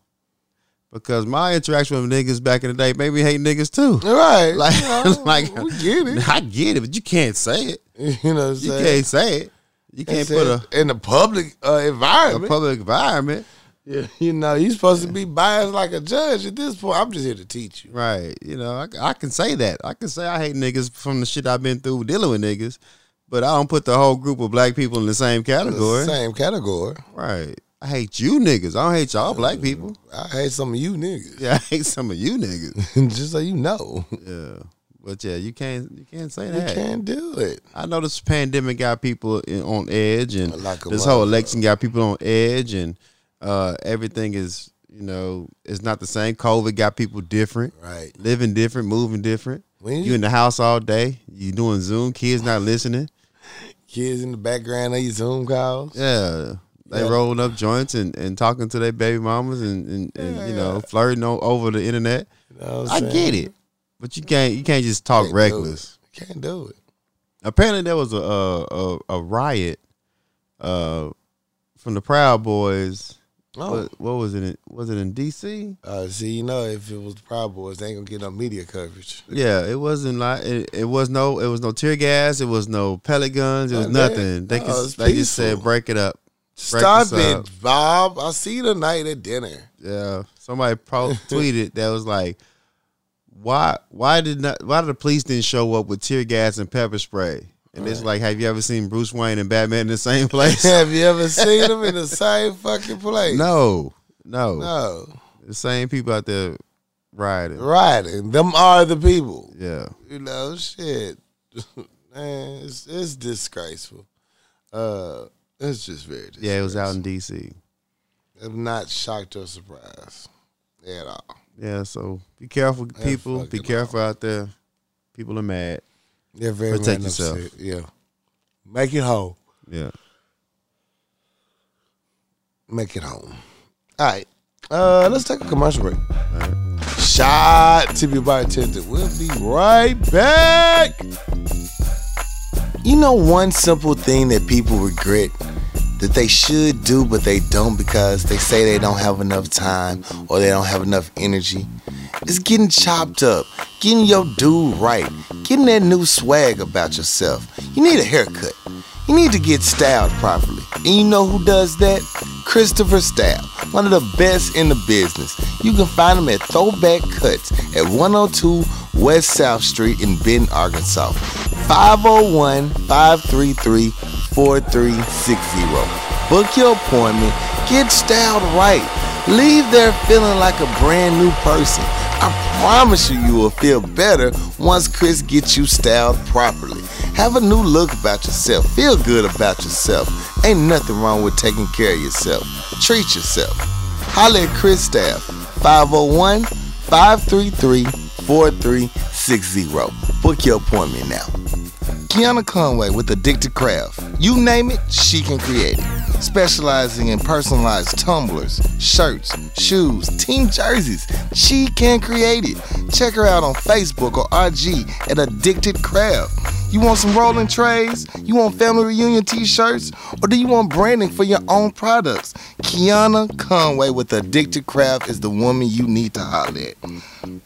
Because my interaction with niggas back in the day made me hate niggas too. Right. Like, you know, like we get it. I get it, but you can't say it. You know what I'm You saying? can't say it. You can't put a, in the public uh, a environment. public environment. yeah. You know, you supposed to be biased like a judge at this point. I'm just here to teach you. Right. You know, I, I can say that. I can say I hate niggas from the shit I've been through dealing with niggas, but I don't put the whole group of black people in the same category. Same category. Right. I hate you niggas. I don't hate y'all black people. I hate some of you niggas. Yeah, I hate some of you niggas. just so you know. Yeah. But yeah, you can't you can't say You that. can't do it. I know this pandemic got people in, on edge, and Like a this whole motherfucker. election got people on edge, and uh, everything is you know it's not the same. COVID got people different. Right. living different, moving different. When you in the house all day, you doing Zoom, kids not listening. kids in the background, they Zoom calls. Yeah, They rolling up joints and, and talking to their baby mamas and, and, and you know flirting o- over the internet. You know what I I'm saying? get it, but you can't you can't just talk Can't do it. reckless. Can't do it. Apparently, there was a a, a, a riot uh, from the Proud Boys. Oh. What, what was it? in- Was it in D.C.? Uh, see, you know, if it was the Proud Boys, they ain't gonna get no media coverage. Yeah, it wasn't like it, it was no it was no tear gas, it was no pellet guns, it was Oh, man. nothing. They No, just it's they just said peaceful. break it up. Break Stop this it, up. Bob. I see you tonight at dinner. Yeah, somebody pro- tweeted that was like, why why did not why did the police didn't show up with tear gas and pepper spray? And it's like, have you ever seen Bruce Wayne and Batman in the same place? Have you ever seen them in the same fucking place? no, no, no, the same people out there rioting. right. And them are the people. Yeah, You know, shit, man, it's, it's disgraceful. Uh, it's just very disgraceful. yeah, it was out in D.C. I'm not shocked or surprised at all. Yeah, so be careful, people. Be fucking careful out there. People are mad. Yeah, very Protect much yourself. upset. Yeah, make it whole. Yeah. make it home. All right. Uh, let's take a commercial break. Shot to be bartender. We'll be right back. You know, one simple thing that people regret that they should do, but they don't because they say they don't have enough time or they don't have enough energy is getting chopped up, getting your dude right, getting that new swag about yourself. You need a haircut. You need to get styled properly. And you know who does that? Christopher Style, one of the best in the business. You can find him at Throwback Cuts at 102 West South Street in Benton, Arkansas. 501 533 4360 book your appointment, get styled right. Leave there feeling like a brand new person. I promise you, you will feel better once Chris gets you styled properly. Have a new look about yourself. Feel good about yourself. Ain't nothing wrong with taking care of yourself. Treat yourself. Holler at Chris Staff, 501 533 4360. Book your appointment now. Kiana Conway with Addicted Craft. You name it, she can create it. Specializing in personalized tumblers, shirts, shoes, team jerseys, she can create it. Check her out on Facebook or IG at Addicted Craft. You want some rolling trays? You want family reunion t shirts? Or do you want branding for your own products? Kiana Conway with Addicted Craft is the woman you need to holler at.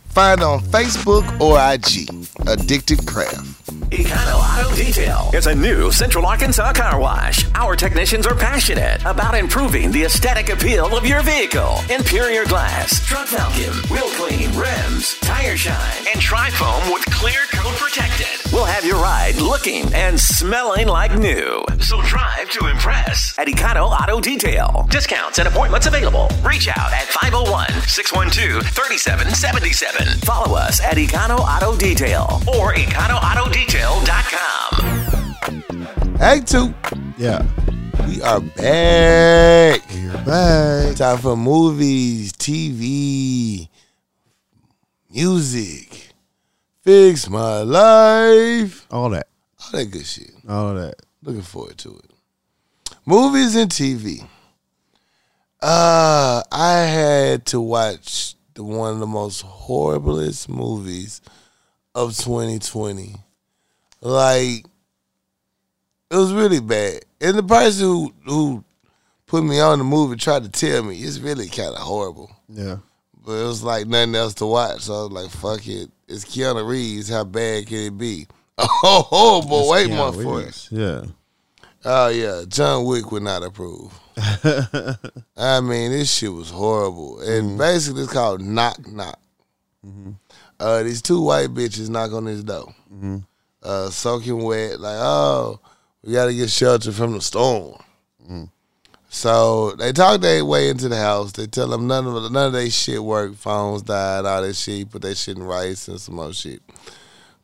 Find her on Facebook or IG, Addicted Craft. Econo Auto Detail is a new Central Arkansas car wash. Our technicians are passionate about improving the aesthetic appeal of your vehicle. Interior glass, truck vacuum, wheel clean, rims, tire shine, and tri foam with clear coat protected. We'll have your ride looking and smelling like new. So drive to impress at Econo Auto Detail. Discounts and appointments available. Reach out at 501 612 3777. Follow us at Econo Auto Detail or EconoAutoDetail.com. Act two. Yeah. We are back. Bye. Time for movies, TV, music, fix my life, All that. all that good shit. All that. Looking forward to it. Movies and TV. Uh, I had to watch the one of the most horriblest movies of 2020. Like, it was really bad. And the person who who put me on the movie tried to tell me it's really kind of horrible. Yeah. But it was like nothing else to watch. So I was like, fuck it. It's Keanu Reeves. How bad can it be? Oh, but wait, Yeah, more we- for it. Yeah. Oh yeah, John Wick would not approve. I mean, this shit was horrible, and basically it's called knock knock. Uh, these two white bitches knock on his door, uh, soaking wet, like oh, we got to get shelter from the storm. So they talk their way into the house. They tell them none of none of their shit work. Phones died, all that shit. Put that shit in rice and some other shit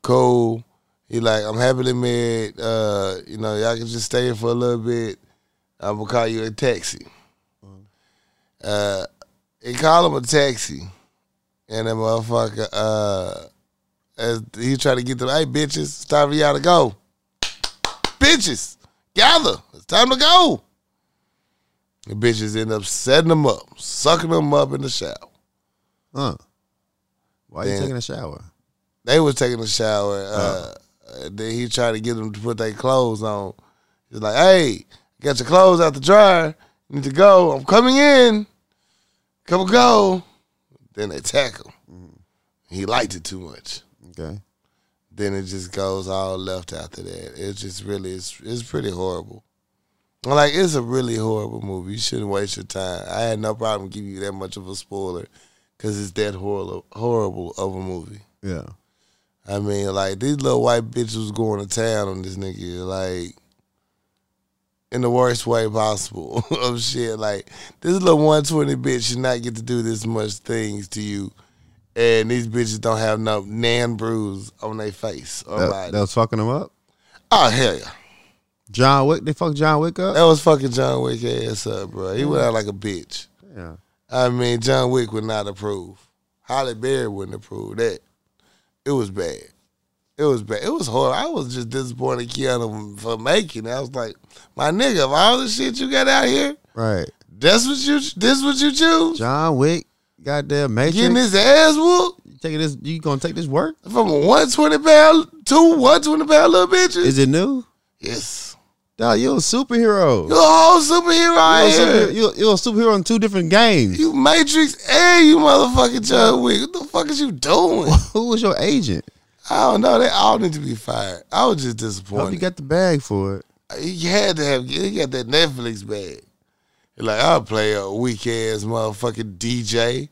cool. He like, I'm happily married. Uh, you know, y'all can just stay here for a little bit. I'm gonna call you a taxi. Uh, he called him a taxi, and the motherfucker, uh, as he tried to get to, hey bitches, it's time for y'all to go. bitches, gather, it's time to go. The bitches end up setting them up, sucking them up in the shower. Huh. Why you Then- taking a shower? They was taking a shower. Uh, and Then he tried to get them to put their clothes on. He's like, "Hey, got your clothes out the dryer. You need to go. I'm coming in. Come and go." Then they tackle. He liked it too much. Okay. then it just goes all left after that. It's just really it's it's pretty horrible. Like it's a really horrible movie. You shouldn't waste your time. I had no problem giving you that much of a spoiler because it's that horrible horrible of a movie. Yeah. I mean, like these little white bitches was going to town on this nigga, like in the worst way possible of shit. Like this little one twenty bitch should not get to do this much things to you, and these bitches don't have no nan bruise on their face or That, body. that was fucking him up. oh hell yeah, John Wick. They fucked John Wick up. that was fucking John Wick ass up, bro. He went out like a bitch. Yeah. I mean, John Wick would not approve. Holly Berry wouldn't approve that. It was bad. It was bad. It was horrible. I was just disappointed Keanu for making it. I was like, my nigga, of all the shit you got out here, Right. that's what you this what you choose? John Wick. Goddamn Matrix. Getting his ass whooped You taking this. You gonna take this work? from a 120 pound to 120 pound little bitches? Is it new? yes. Dog, you a superhero. You a whole superhero out You a here. superhero, you, you a superhero in two different games. You Matrix and you motherfucking John Wick. What the fuck is you doing? Who was your agent? I don't know. They all need to be fired. I was just Hope disappointed. you got the bag for it. he had to have he got that Netflix bag. Like I'll play a weak ass motherfucking DJ.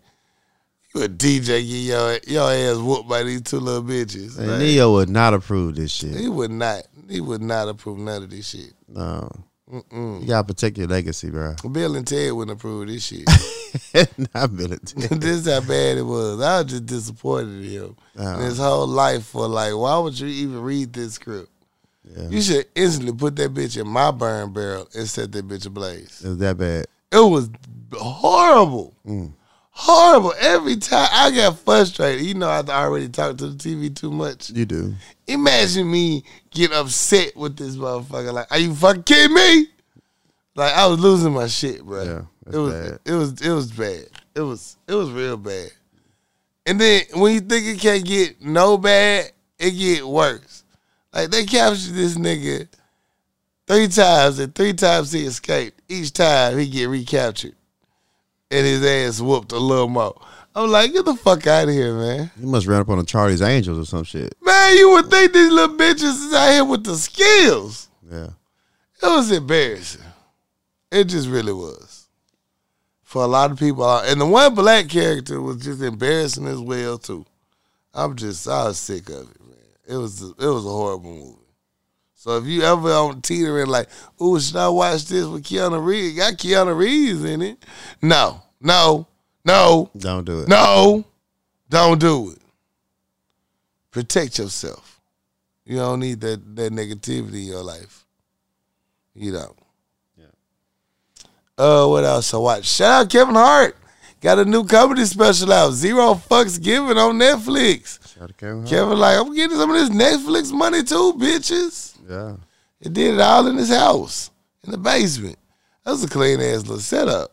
You a DJ get your your ass whooped by these two little bitches. And Like, Neo would not approve this shit. he would not he would not approve none of this shit. No. You gotta protect your legacy, bro. Bill and Ted wouldn't approve this shit. not military. this is how bad it was. I was just disappointed in him. And His whole life for like, why would you even read this script? Yeah. You should instantly put that bitch in my burn barrel and set that bitch ablaze. It was that bad. It was horrible. Horrible. Every time I got frustrated. You know, I already talked to the TV too much. You do. Imagine me get upset with this motherfucker. Like, are you fucking kidding me? Like I was losing my shit, bro. Yeah, that's it was bad. it was it was bad. It was it was real bad. And then when you think it can't get no bad, it get worse. Like they captured this nigga three times, and three times he escaped. Each time he get recaptured, and his ass whooped a little more. I'm like, get the fuck out of here, man. You must run up on the Charlie's Angels or some shit. Man, you would think these little bitches is out here with the skills. Yeah. It was embarrassing. It just really was. For a lot of people. And the one black character was just embarrassing as well, too. I'm just, I was sick of it, man. It was, it was a horrible movie. So if you ever on teetering like, ooh, should I watch this with Keanu Reeves? Got Keanu Reeves in it. No, no, no, Don't do it. no, don't do it. Protect yourself. You don't need that, that negativity in your life. You don't. Yeah. Uh, what else I watch? Shout out Kevin Hart. Got a new comedy special out, Zero Fucks Given on Netflix. Shout out to Kevin Hart. Kevin, like, I'm getting some of this Netflix money too, bitches. Yeah. It did it all in his house, in the basement. That was a clean ass little setup.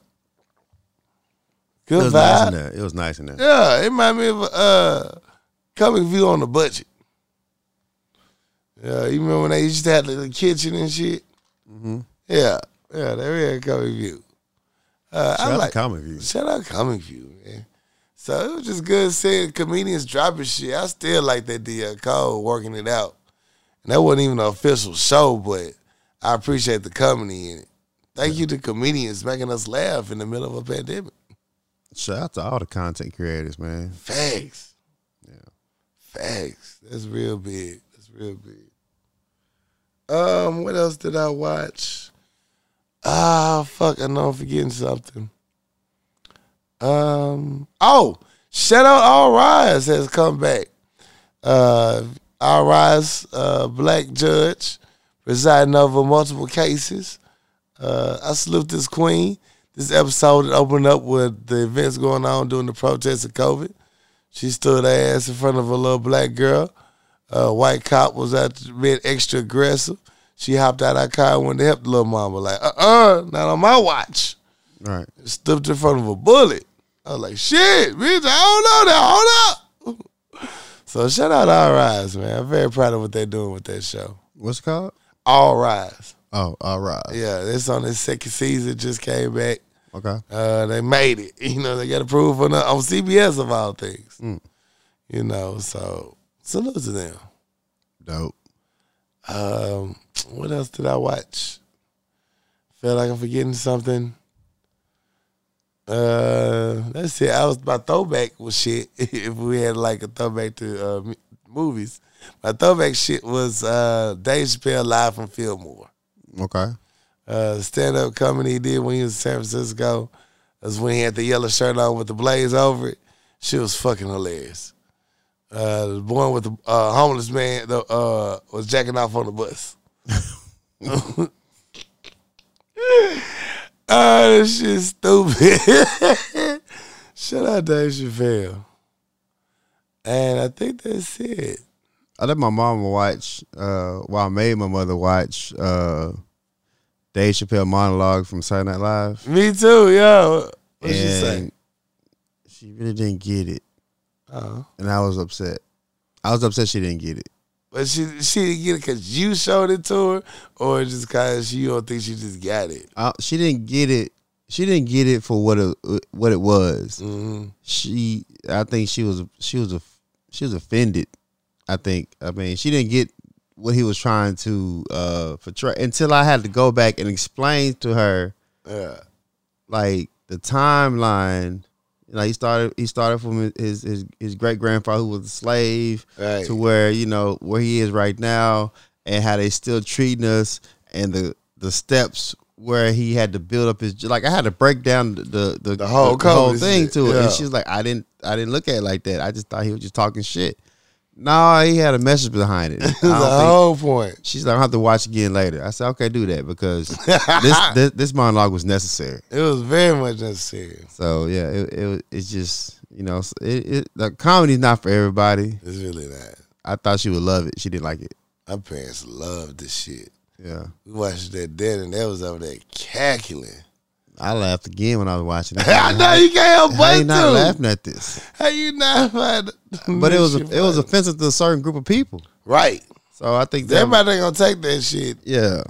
It Good was nice vibe. in there. It was nice in there. Yeah, it remind me of uh comic view on the budget. Yeah, you remember when they used to have the kitchen and shit? Mm-hmm. Yeah, yeah, they really had comic view. Uh, Shout I out like to Comic View. shout out comic view, man. So it was just good seeing comedians dropping shit. I still like that DL Cole working it out, and that wasn't even an official show, but I appreciate the comedy in it. Thank you to comedians making us laugh in the middle of a pandemic. Shout out to all the content creators, man. Facts. Yeah. Facts. That's real big. That's real big. Um, what else did I watch? Ah, fuck, I know I'm forgetting something. Um, oh, shout out All Rise has come back. Uh, All Rise, uh, black judge, presiding over multiple cases. Uh, I salute this queen. This episode opened up with the events going on during the protests of COVID. She stood her ass in front of a little black girl. A white cop was out being extra aggressive. She hopped out of her car and went to help the little mama. Like, uh uh not uh-uh, on my watch. Right. Stepped in front of a bullet. I was like, shit, bitch, I don't know that. Hold up. So shout out to All Rise, man. I'm very proud of what they're doing with that show. What's it called? All Rise. Oh, all right. Yeah, it's on its second season, just came back. Okay. Uh, they made it. You know, they got approved on, on CBS of all things. You know, so salute to them. Dope. Um, what else did I watch? Feel like I'm forgetting something. Uh, that's it. I was my throwback was shit. if we had like a throwback to uh, m- movies, my throwback shit was uh, Dave Chappelle live from Fillmore. Okay. Uh, stand up comedy he did when he was in San Francisco. That's when he had the yellow shirt on with the blaze over it. She was fucking hilarious. Uh, the one with the uh, homeless man the, uh, was jacking off on the bus. oh, this shit's stupid. Shout out Dave Chappelle. And I think that's it. I let my mama watch. Uh, well, I made my mother watch uh, Dave Chappelle monologue from Saturday Night Live, Me too, yo. What she say? and she really didn't get it, Oh. and I was upset. I was upset she didn't get it. But she she didn't get it because you showed it to her, or just because you don't think she just got it. I, she didn't get it. She didn't get it for what it what it was. Mm-hmm. She, I think she was she was a she was offended. I think. I mean, she didn't get what he was trying to uh portray until I had to go back and explain to her Yeah. like the timeline. Like he started, he started from his his, his great grandfather who was a slave Right. to where you know where he is right now, and how they still treating us, and the the steps where he had to build up his like I had to break down the the, the, The whole whole company thing shit, to it, yeah. and she's like, I didn't I didn't look at it like that. I just thought he was just talking shit. No, he had a message behind it. I The don't think- whole point. She's like, I'll have to watch again later. I said, okay, do that because this, this this monologue was necessary. It was very much necessary. So yeah, it, it was- it's just you know s- it, it the comedy's not for everybody. It's really not. I thought she would love it. She didn't like it. My parents loved this shit. Yeah, We watched that then, and that was over there cackling. I laughed again when I was watching it. I know you can't help How but you not to. laughing at this? How you not? find- But it was Shit it was funny. offensive to a certain group of people. right. So I think that Everybody ain't gonna take that shit. yeah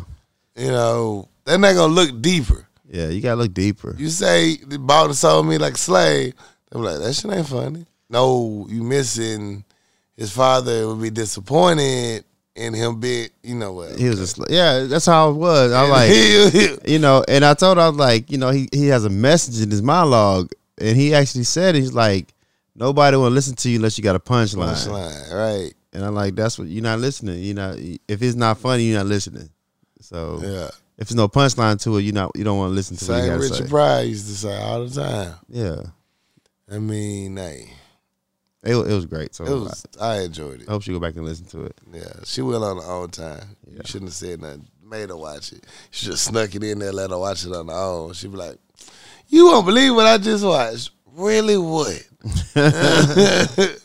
You know, they're not gonna look deeper. yeah you gotta look deeper. You say the bought and sold me like slave. I'm like, that shit ain't funny. No, you missing his father would be disappointed in him being, you know what? He was just like, yeah that's how it was. I like you know and I told her I was like you know he he has a message in his monologue and he actually said he's like nobody will listen to you unless you got a punchline. Punchline, right? And I'm like, that's what you're not listening. You know, if it's not funny, you're not listening. So Yeah. if there's no punchline to it, you not you don't want to listen to what you Same gotta Richard say. Pryor used to say all the time. yeah, I mean, hey, it, wa- it was great. So it was. I enjoyed I it. hope she go back and listen to it. Yeah, she will on her own time. You shouldn't have said nothing. Made her watch it. She just snuck it in there, let her watch it on her own. She be like, "You won't believe what I just watched. Really, what?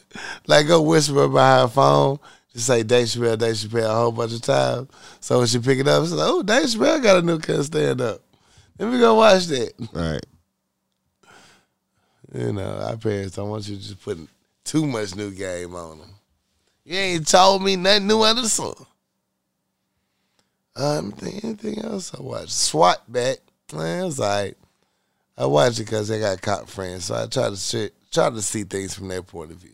like go whisper behind her phone. Just say Dave Chappelle, Dave Chappelle a whole bunch of times. So when she pick it up, she's like, "Oh, Dave Chappelle got a new cut stand up. Let me go watch that." Right. You know, our parents don't want you just putting too much new game on them. You ain't told me nothing new under the sun. Um, th- anything else I watched? SWAT back. Man, it was alright. I watched it because they got cop friends, so I try to shit, try to see things from their point of view.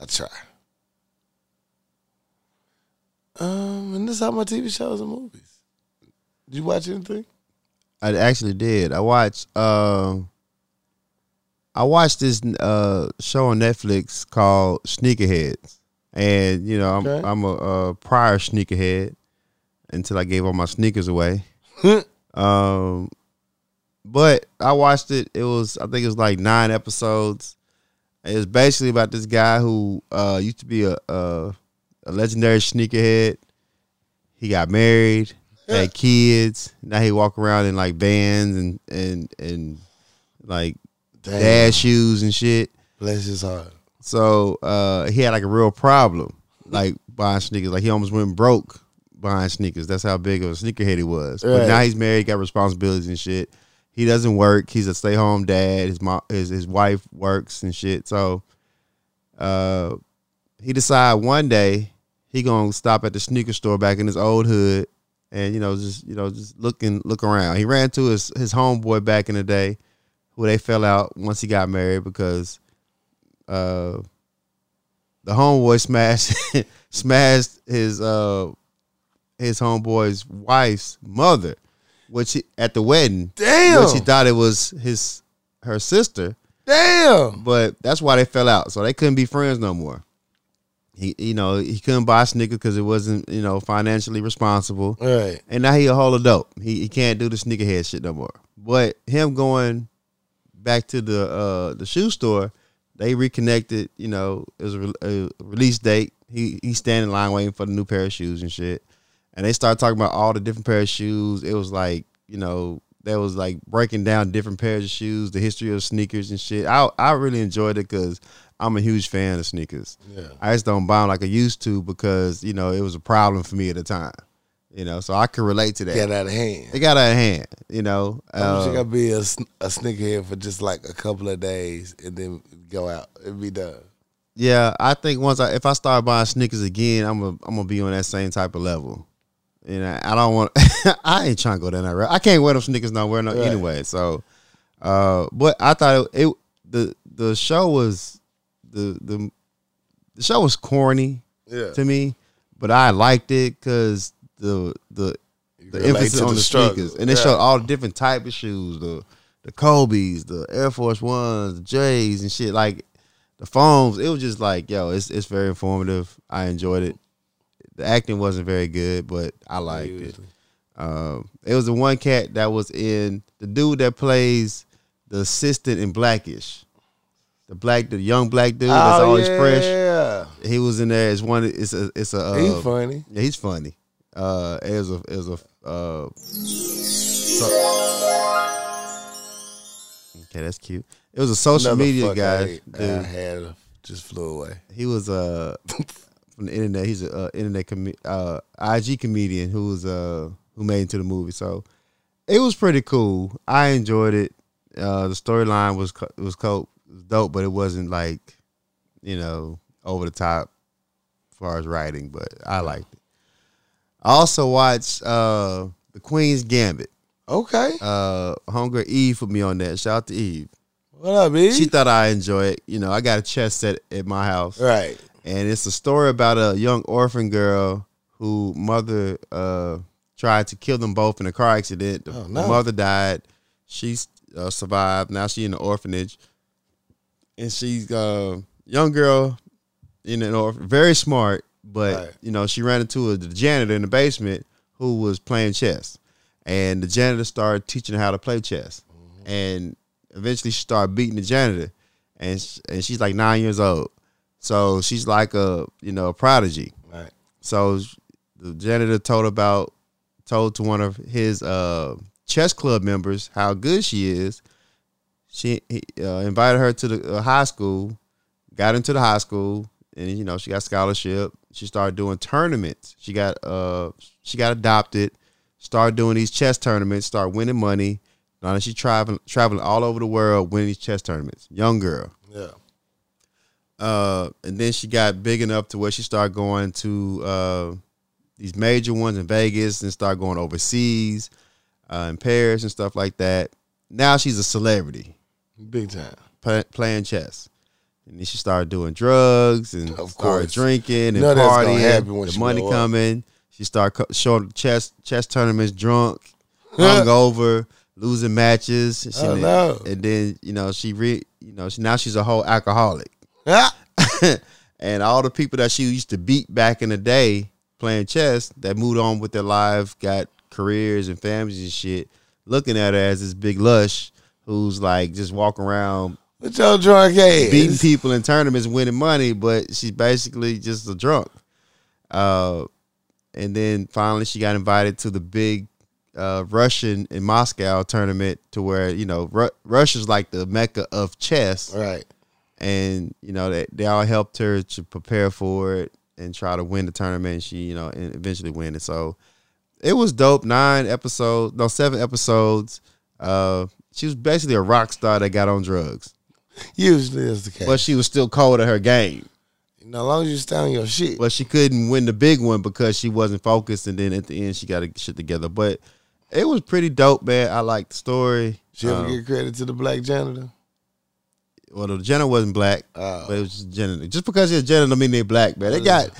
I try. Um, and this is how my TV shows and movies. Did you watch anything? I actually did. I watched. um I watched this uh, show on Netflix called Sneakerheads, and you know I'm Okay. I'm a, uh prior sneakerhead until I gave all my sneakers away. um, but I watched it. It was I think it was like nine episodes. It was basically about this guy who uh, used to be a, a a legendary sneakerhead. He got married, had kids. Now he walk around in like vans and and and like Damn. dad shoes and shit. Bless his heart. So uh, he had like a real problem, like buying sneakers. Like he almost went broke buying sneakers. That's how big of a sneakerhead he was. But Right. now he's married, got responsibilities and shit. He doesn't work. He's a stay home dad. His mom, his his wife works and shit. So, uh, he decided one day he gonna stop at the sneaker store back in his old hood, and you know just you know just looking look around. He ran to his his homeboy back in the day, who they fell out once he got married because, uh, the homeboy smashed smashed his uh his homeboy's wife's mother, which he, at the wedding, Damn. which he thought it was his her sister, Damn. but that's why they fell out. So they couldn't be friends no more. He, you know, he couldn't buy sneakers because it wasn't, you know, financially responsible. All right. And now he a whole adult. He he can't do the sneakerhead shit no more. But him going back to the uh the shoe store, they reconnected. You know, it was a, re- a release date. He he standing in line waiting for the new pair of shoes and shit. And they started talking about all the different pair of shoes. It was like you know that was like breaking down different pairs of shoes, the history of sneakers and shit. I I really enjoyed it because I'm a huge fan of sneakers. Yeah. I just don't buy 'em like I used to because you know it was a problem for me at the time. You know, so I can relate to that. Get out of hand. It got out of hand, you know. I wish I Uh, could be a, sn- a sneakerhead for just like a couple of days and then go out and be done. yeah, I think once I if I start buying sneakers again, I'm gonna I'm gonna be on that same type of level. You know, I don't want. I ain't trying to go down that route. I can't wear them sneakers nowhere no, Right. anyway. So, uh, but I thought it, it the the show was the the the show was corny Yeah. to me, but I liked it because the the the relate emphasis to on the the, struggle. sneakers, and they Yeah. showed all the different type of shoes, the the Kobe's, the Air Force Ones, the J's, and shit like the foams. It was just like, yo, it's it's very informative. I enjoyed it. The acting wasn't very good, but I liked it. Um, it was the one cat that was in the dude that plays the assistant in Blackish, the black, the young black dude that's always fresh. Oh, Yeah. He was in there. It's one. It's a. It's a. Uh, He funny. yeah, he's funny. Uh, it was a, it was a. Uh, so- okay, that's cute. It was a social Another media fuck I, guy. hate- I Dude, had just flew away. he was uh from the internet. He's a uh, internet com- uh IG comedian who was uh who made it to the movie. So it was pretty cool. I enjoyed it. Uh, the storyline was co- was cope, was dope, but it wasn't like you know over the top as far as writing. But I liked it. I also watched uh the Queen's Gambit. Okay. Uh, Hunger Eve put me on that. Shout out to Eve. what up, B? She thought I enjoy it. You know, I got a chess set at my house right. and it's a story about a young orphan girl who mother uh tried to kill them both in a car accident. The Oh, no. the mother died. She uh, survived. Now she in the orphanage, and she's uh, young girl in an orphan, very smart, but Right. you know she ran into a the janitor in the basement who was playing chess, and the janitor started teaching her how to play chess, and eventually she started beating the janitor, and sh- and she's like nine years old, so she's like a you know a prodigy. Right. So the janitor told about told to one of his uh, chess club members how good she is. She he, uh, invited her to the uh, high school, got into the high school, and you know she got scholarship. She started doing tournaments. She got uh she got adopted. Started doing these chess tournaments. Started winning money. Now she's traveling traveling all over the world winning these chess tournaments. Young girl Yeah. uh, and then she got big enough to where she started going to uh, these major ones in Vegas and started going overseas uh, in Paris and stuff like that. Now she's a celebrity Big time. play, playing chess. And then she started doing drugs and Of started course. drinking and None of that's gonna partying. happen when the she money grow up. coming. She started co- showing up to chess chess tournaments drunk, hungover, losing matches. She- Oh, no. And then you know she re you know she, now she's a whole alcoholic. Ah! and all the people that she used to beat back in the day playing chess that moved on with their life, got careers and families and shit, looking at her as this big lush who's like just walking around With your drunk ass. beating people in tournaments, winning money, but she's basically just a drunk. Uh, and then finally, she got invited to the big uh, Russian in Moscow tournament, to where you know Ru- Russia's like the mecca of chess Right. and you know that they, all helped her to prepare for it and try to win the tournament. And she, you know, and eventually win it. So it was dope. Nine episodes, no, seven episodes. Uh, She was basically a rock star that got on drugs, Usually is the case. but she was still cold at her game. you know, as long as you stay on your shit. But she couldn't win the big one because she wasn't focused. And then at the end, she got her shit together. But it was pretty dope, man. I liked the story. she ever Um, get credit to the black janitor? well, the Jenner wasn't black, but it was just janitor. Just because you're a janitor, don't mean they're black, man. They got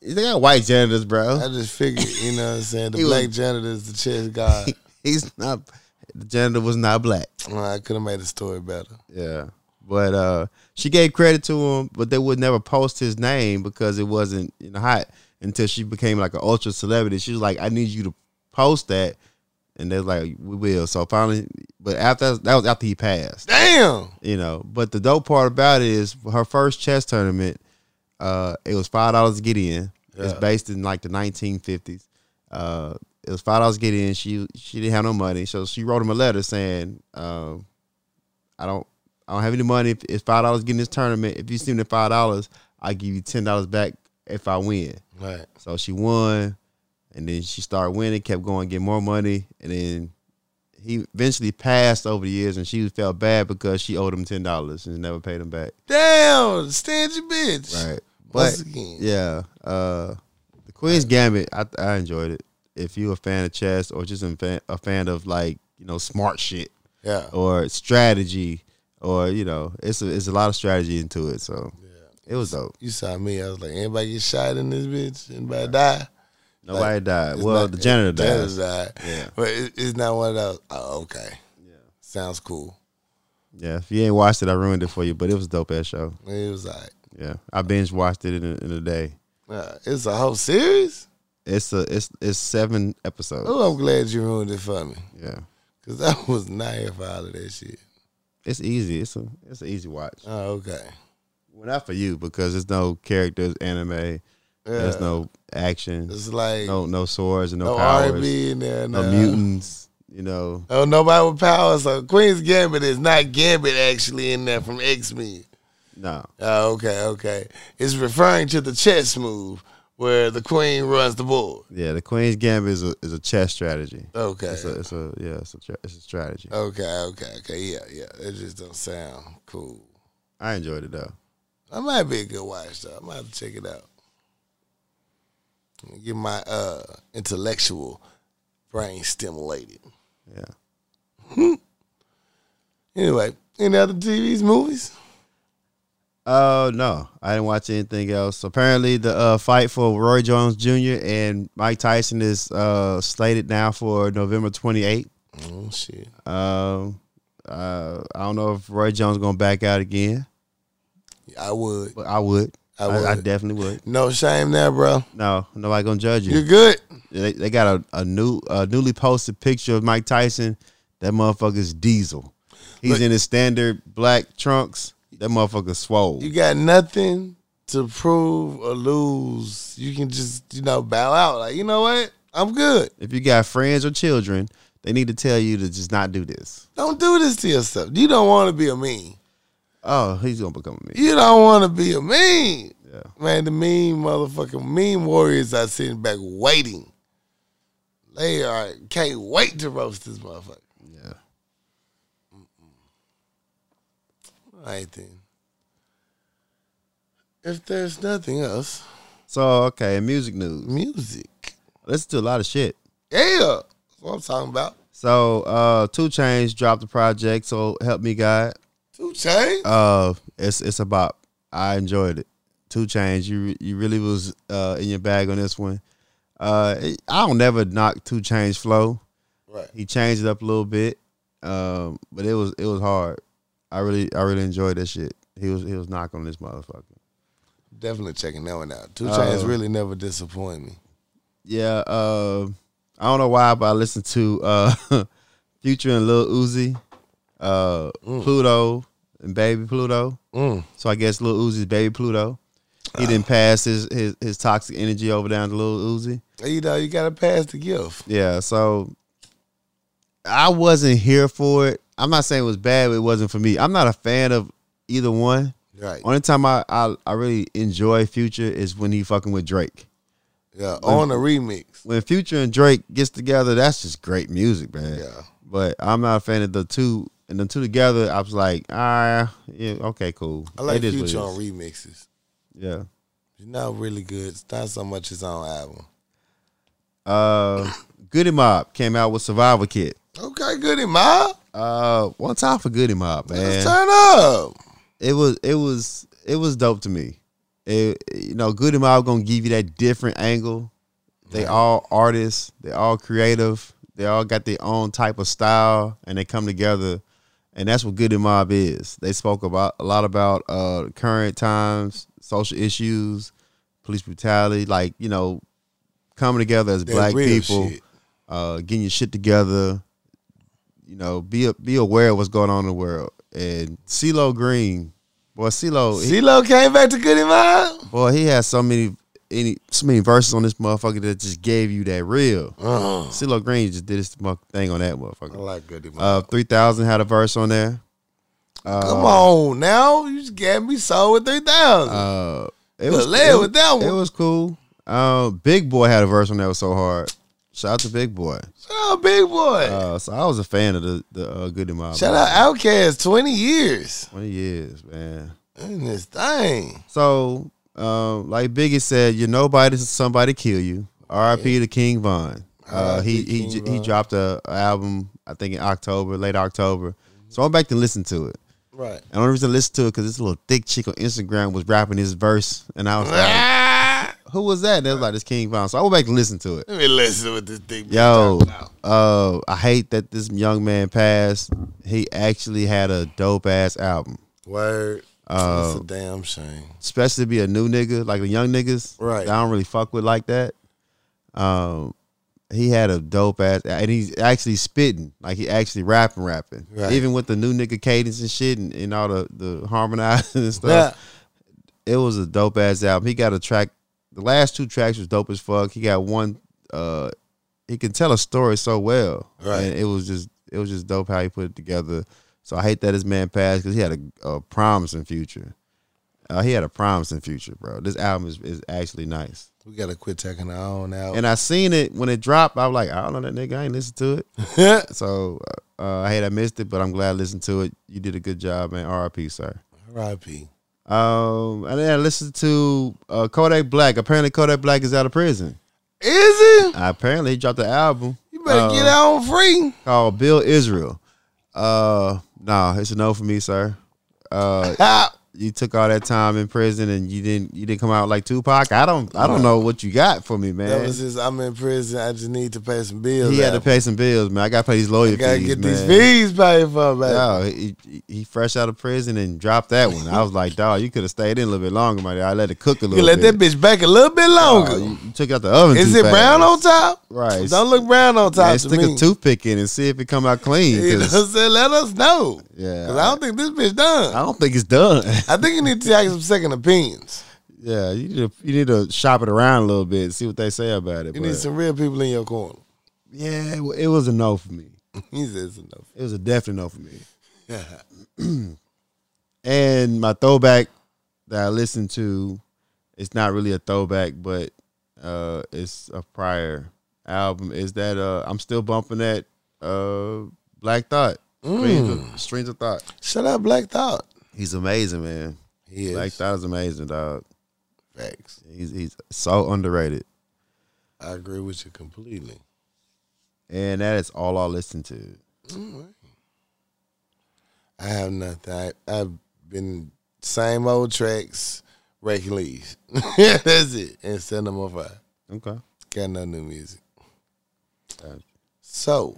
they got white janitors, I bro. just figured, you know what I'm saying? The He black was- janitor is the chess god. He's not the janitor was not black. Well, I could have made the story better. Yeah, but uh, she gave credit to him, but they would never post his name because it wasn't you know, hot until she became like an ultra celebrity. She was like, "I need you to post that," and they're like, "We will." So finally, but after that was after he passed. Damn! you know. But the dope part about it is her first chess tournament. Uh, it was five dollars to get in. It's based in like the 1950s. Uh, it was five dollars to get in. She she didn't have no money, so she wrote him a letter saying, um, "I don't I don't have any money. If it's five dollars to get in this tournament, if you send me five dollars, I give you ten dollars back if I win." Right. So she won, and then she started winning, kept going, get more money, and then he eventually passed over the years, and she felt bad because she owed him ten dollars and never paid him back. Damn! Stingy bitch. but Once again. yeah, uh, the Queen's Gambit, I, I enjoyed it. If you're a fan of chess or just a fan, a fan of like you know smart shit Yeah. or strategy or you know it's a, it's a lot of strategy into it, so it was dope. You saw me. I was like, anybody get shot in this bitch? Anybody die? Nobody died. It's Well, not- the janitor the died. died. Yeah. But it, it's not one of those. Oh, okay. Yeah. Sounds cool. Yeah, if you ain't watched it, I ruined it for you, but it was a dope ass show. It was like, Yeah, I binge watched it in a, in a day. uh, it's a whole series. It's a it's it's seven episodes. Oh, I'm glad you ruined it for me Yeah, because I was not here for all of that shit. it's easy. It's a it's an easy watch. Oh, okay. Well, not for you because there's no characters, anime. There's Yeah. no action. It's like no, No no swords and no, powers. R&B in there. No No, mutants. You know. Oh, nobody with power. So Queen's Gambit is not Gambit actually in there from X Men. No. Oh, okay, okay. It's referring to the chess move where the queen runs the board. Yeah, the Queen's Gambit is a is a chess strategy. Okay. It's a it's a yeah it's a tra- it's a strategy. Okay, okay, okay. Yeah, yeah. It just don't sound cool. I enjoyed it though. That might be a good watch though. I might have to check it out. Get my uh intellectual brain stimulated. Yeah. Anyway, any other TVs, movies? Oh no, I didn't watch anything else. Apparently, the uh, fight for Roy Jones Jr. and Mike Tyson is uh, slated now for November 28th. Oh shit. Um, uh, I don't know if Roy Jones gonna back out again, I would. but I would. I I, I would. definitely would. No shame there, bro. No, nobody gonna judge You're you. good. They, they got a, a new a newly posted picture of Mike Tyson. That motherfucker's diesel. He's Look- in his standard black trunks. That motherfucker swole. You got nothing to prove or lose. You can just, you know, bow out. Like, you know what? I'm good. If you got friends or children, they need to tell you to just not do this. Don't do this to yourself. You don't want to be a mean. Oh, he's gonna become me. You don't want to be a mean. Yeah. Man, the mean motherfucking mean warriors are sitting back waiting. They are can't wait to roast this motherfucker. Yeah. All right then. If there's nothing else, So okay, in music news. music. Listen to a lot of shit. Yeah, that's what I'm talking about. So uh Two Chains dropped the project, so help me God. Two chains. Uh it's it's a bop. I enjoyed it. Two Chains, you you really was uh in your bag on this one. Uh it- I don't never knock Two Chains flow. right. He changed it up a little bit. Um, but it was it was hard. I really I really enjoyed that shit. He was he was knocking this motherfucker. Definitely checking that one out. Two Uh, chains really never disappoint me. Yeah, uh, I don't know why, but I listened to uh, Future and Lil Uzi, uh, Pluto and Baby Pluto. Mm. So I guess Lil Uzi's Baby Pluto. He didn't pass his, his his toxic energy over down to Lil Uzi. You know, you gotta pass the gift. Yeah, so I wasn't here for it. I'm not saying it was bad, but it wasn't for me. I'm not a fan of either one. Right. Only time I, I, I really enjoy Future is when he fucking with Drake. Yeah. On a remix. when Future and Drake gets together, that's just great music, man. Yeah. But I'm not a fan of the two And the two together, I was like, ah, yeah, okay, cool. I like It is what it Future on is. remixes. Yeah. He's not really good. It's not so much his own album. Uh, Goody Mob came out with Survivor Kit. Okay, goody, ma. Uh, one time for Goody Mob, man. Let's turn up. It was it was it was dope to me. It, you know, Goody Mob gonna give you that different angle. They all artists. They all creative. They all got their own type of style, and they come together, and that's what Goody Mob is. They spoke about a lot about uh current times, social issues, police brutality, like you know, coming together as That black real people. shit. uh, getting your shit together. You know, be be aware of what's going on in the world. And CeeLo Green, boy, CeeLo, he, CeeLo came back to Goody Mob. boy, he has so many any so many verses on this motherfucker that just gave you that real. Oh, CeeLo Green just did his muck thing on that motherfucker. I like Goody Mob. Uh, three thousand had a verse on there. Uh, Come on now. You just got me sold with 3,000. Uh, it Look, was lay it, with that one. It was cool. Uh, Big Boy had a verse on that was so hard. Shout out to Big Boy. Shout out Big Boy. Uh, so I was a fan of the the uh, Goody Mob. Shout out Outkast. 20 years Twenty years, man. in this thing. So, um, like Biggie said, you're nobody till somebody kill you. R.I.P. to King Von. Uh, he R.I.P. he King j- he Von. dropped a, a album I think in October, late October. So I went back and listened to it. Right. And the only reason I listened to it because this little thick chick on Instagram was rapping his verse, and I was like, Ah, "Who was that?" And they was like, "This King Von." So I went back and listened to it. let me listen to what this thing. be Yo, talking about. uh, I hate that this young man passed. He actually had a dope ass album, Word. Uh, That's a damn shame. especially to be a new nigga like the young niggas. Right. that I don't really fuck with like that. Um, he had a dope ass, and he's actually spitting like he actually rapping, rapping. Right. Even with the new nigga cadence and shit, and, and all the the harmonizing and stuff. Yeah. It was a dope ass album. He got a track. The last two tracks was dope as fuck. He got one. Uh, he can tell a story so well, Right. and it was just it was just dope how he put it together. So I hate that his man passed because he had a, a promising future. Uh, he had a promising future, bro. This album is, is actually nice. We gotta quit taking our own out. And I seen it when it dropped. I was like, I don't know that nigga. I ain't listened to it. So uh, uh, I hate I missed it, but I'm glad I listened to it. You did a good job, man. RIP, sir. R.I.P. Um, and then I listened to uh, Kodak Black. Apparently, Kodak Black is out of prison. Is it? apparently, he dropped an album You better uh, get out on free. called Bill Israel. Uh, nah, it's a no for me, sir. Uh, Ah, you took all that time in prison and you didn't you didn't come out like Tupac. I don't I don't know what you got for me, man. that was his. I'm in prison. I just need to pay some bills. he had to out. pay some bills, man. I got to pay these lawyer I gotta fees, get man. these fees paid for, man. Yo, he, he- he fresh out of prison and dropped that one. I was like, dog, you could have stayed in a little bit longer, my dude. I let it cook a You little let bit. that bitch bake a little bit longer. Dawg, you, you took it out the oven. Is too it fast. brown on top? Right. Don't look brown on top Man, to stick me. a toothpick in and see if it come out clean. You know 'cause what I'm saying? Let us know. Yeah, Cause I don't think this bitch done. I don't think it's done. I think you need to take some second opinions. yeah, you need, to, you need to shop it around a little bit and see what they say about it. You but- need some real people in your corner. yeah, it wa- it was a no for me. He says enough. It was a definite no for me. Yeah. And my throwback that I listened to, it's not really a throwback, but uh, it's a prior album. Is that uh, I'm still bumping that uh, Black Thought, Strings, Mm. of, Strings of Thought. Shut up, Black Thought. He's amazing, man. He is. Black Thought is amazing, dog. Facts. He's he's so underrated, I agree with you completely. and that is all I listen to. I have nothing. I, I've been same old tracks, raking leaves. That's it. And send them off. Okay. Got no new music. Uh, So,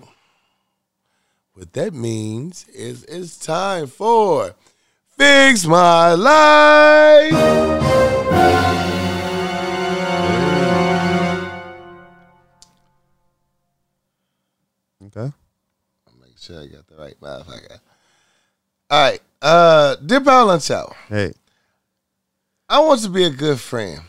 what that means is it's time for Fix My Life. Okay. Make sure I got the right motherfucker. All right. Uh, Dear Power Lunch Hour, Hey. I want to be a good friend,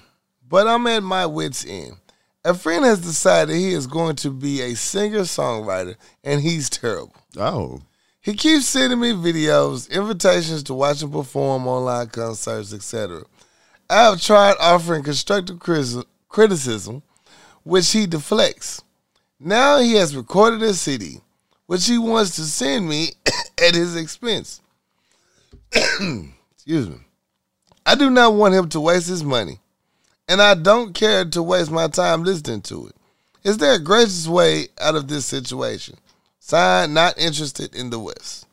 but I'm at my wits' end. A friend has decided he is going to be a singer songwriter, and he's terrible. Oh. He keeps sending me videos, invitations to watch him perform online concerts, etc. I have tried offering constructive criti- criticism, which he deflects. Now he has recorded a CD, which he wants to send me at his expense. Excuse me. I do not want him to waste his money, and I don't care to waste my time listening to it. Is there a gracious way out of this situation? Signed, not interested in the West.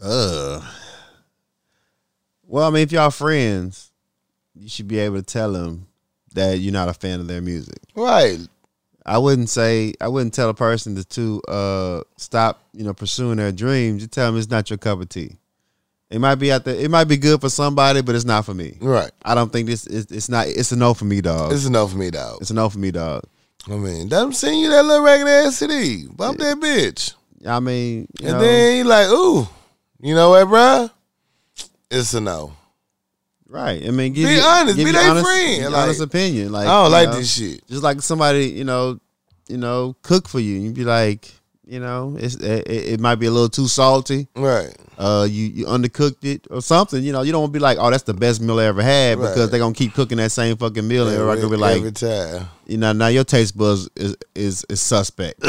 Uh. Well, I mean, if y'all friends, you should be able to tell them that you're not a fan of their music. Right. I wouldn't say I wouldn't tell a person to, to uh stop, you know, pursuing their dreams. You tell them it's not your cup of tea. It might be out there. It might be good for somebody, but it's not for me. Right. I don't think this. It's, it's not. It's a no for me, dog. This is enough for me, dog. It's a no for me, dog. I mean, I'm sending you that little regular ass CD. Bump that bitch. I mean, you And know, then he like, ooh, you know what, bruh? It's a no. right. I mean, give Be you- honest. give Be you their honest, friend. give you Like, honest opinion. Like I don't you like know, this shit. Just like somebody, you know, you know, cook for you. You'd be like, you know, it's it, it it might be a little too salty. Right. uh, you you undercooked it or something. You know, you don't want to be like, oh, that's the best meal I ever had Right. because they're gonna keep cooking that same fucking meal, and everybody gonna be every like, time. you know, now your taste buds is is, is suspect.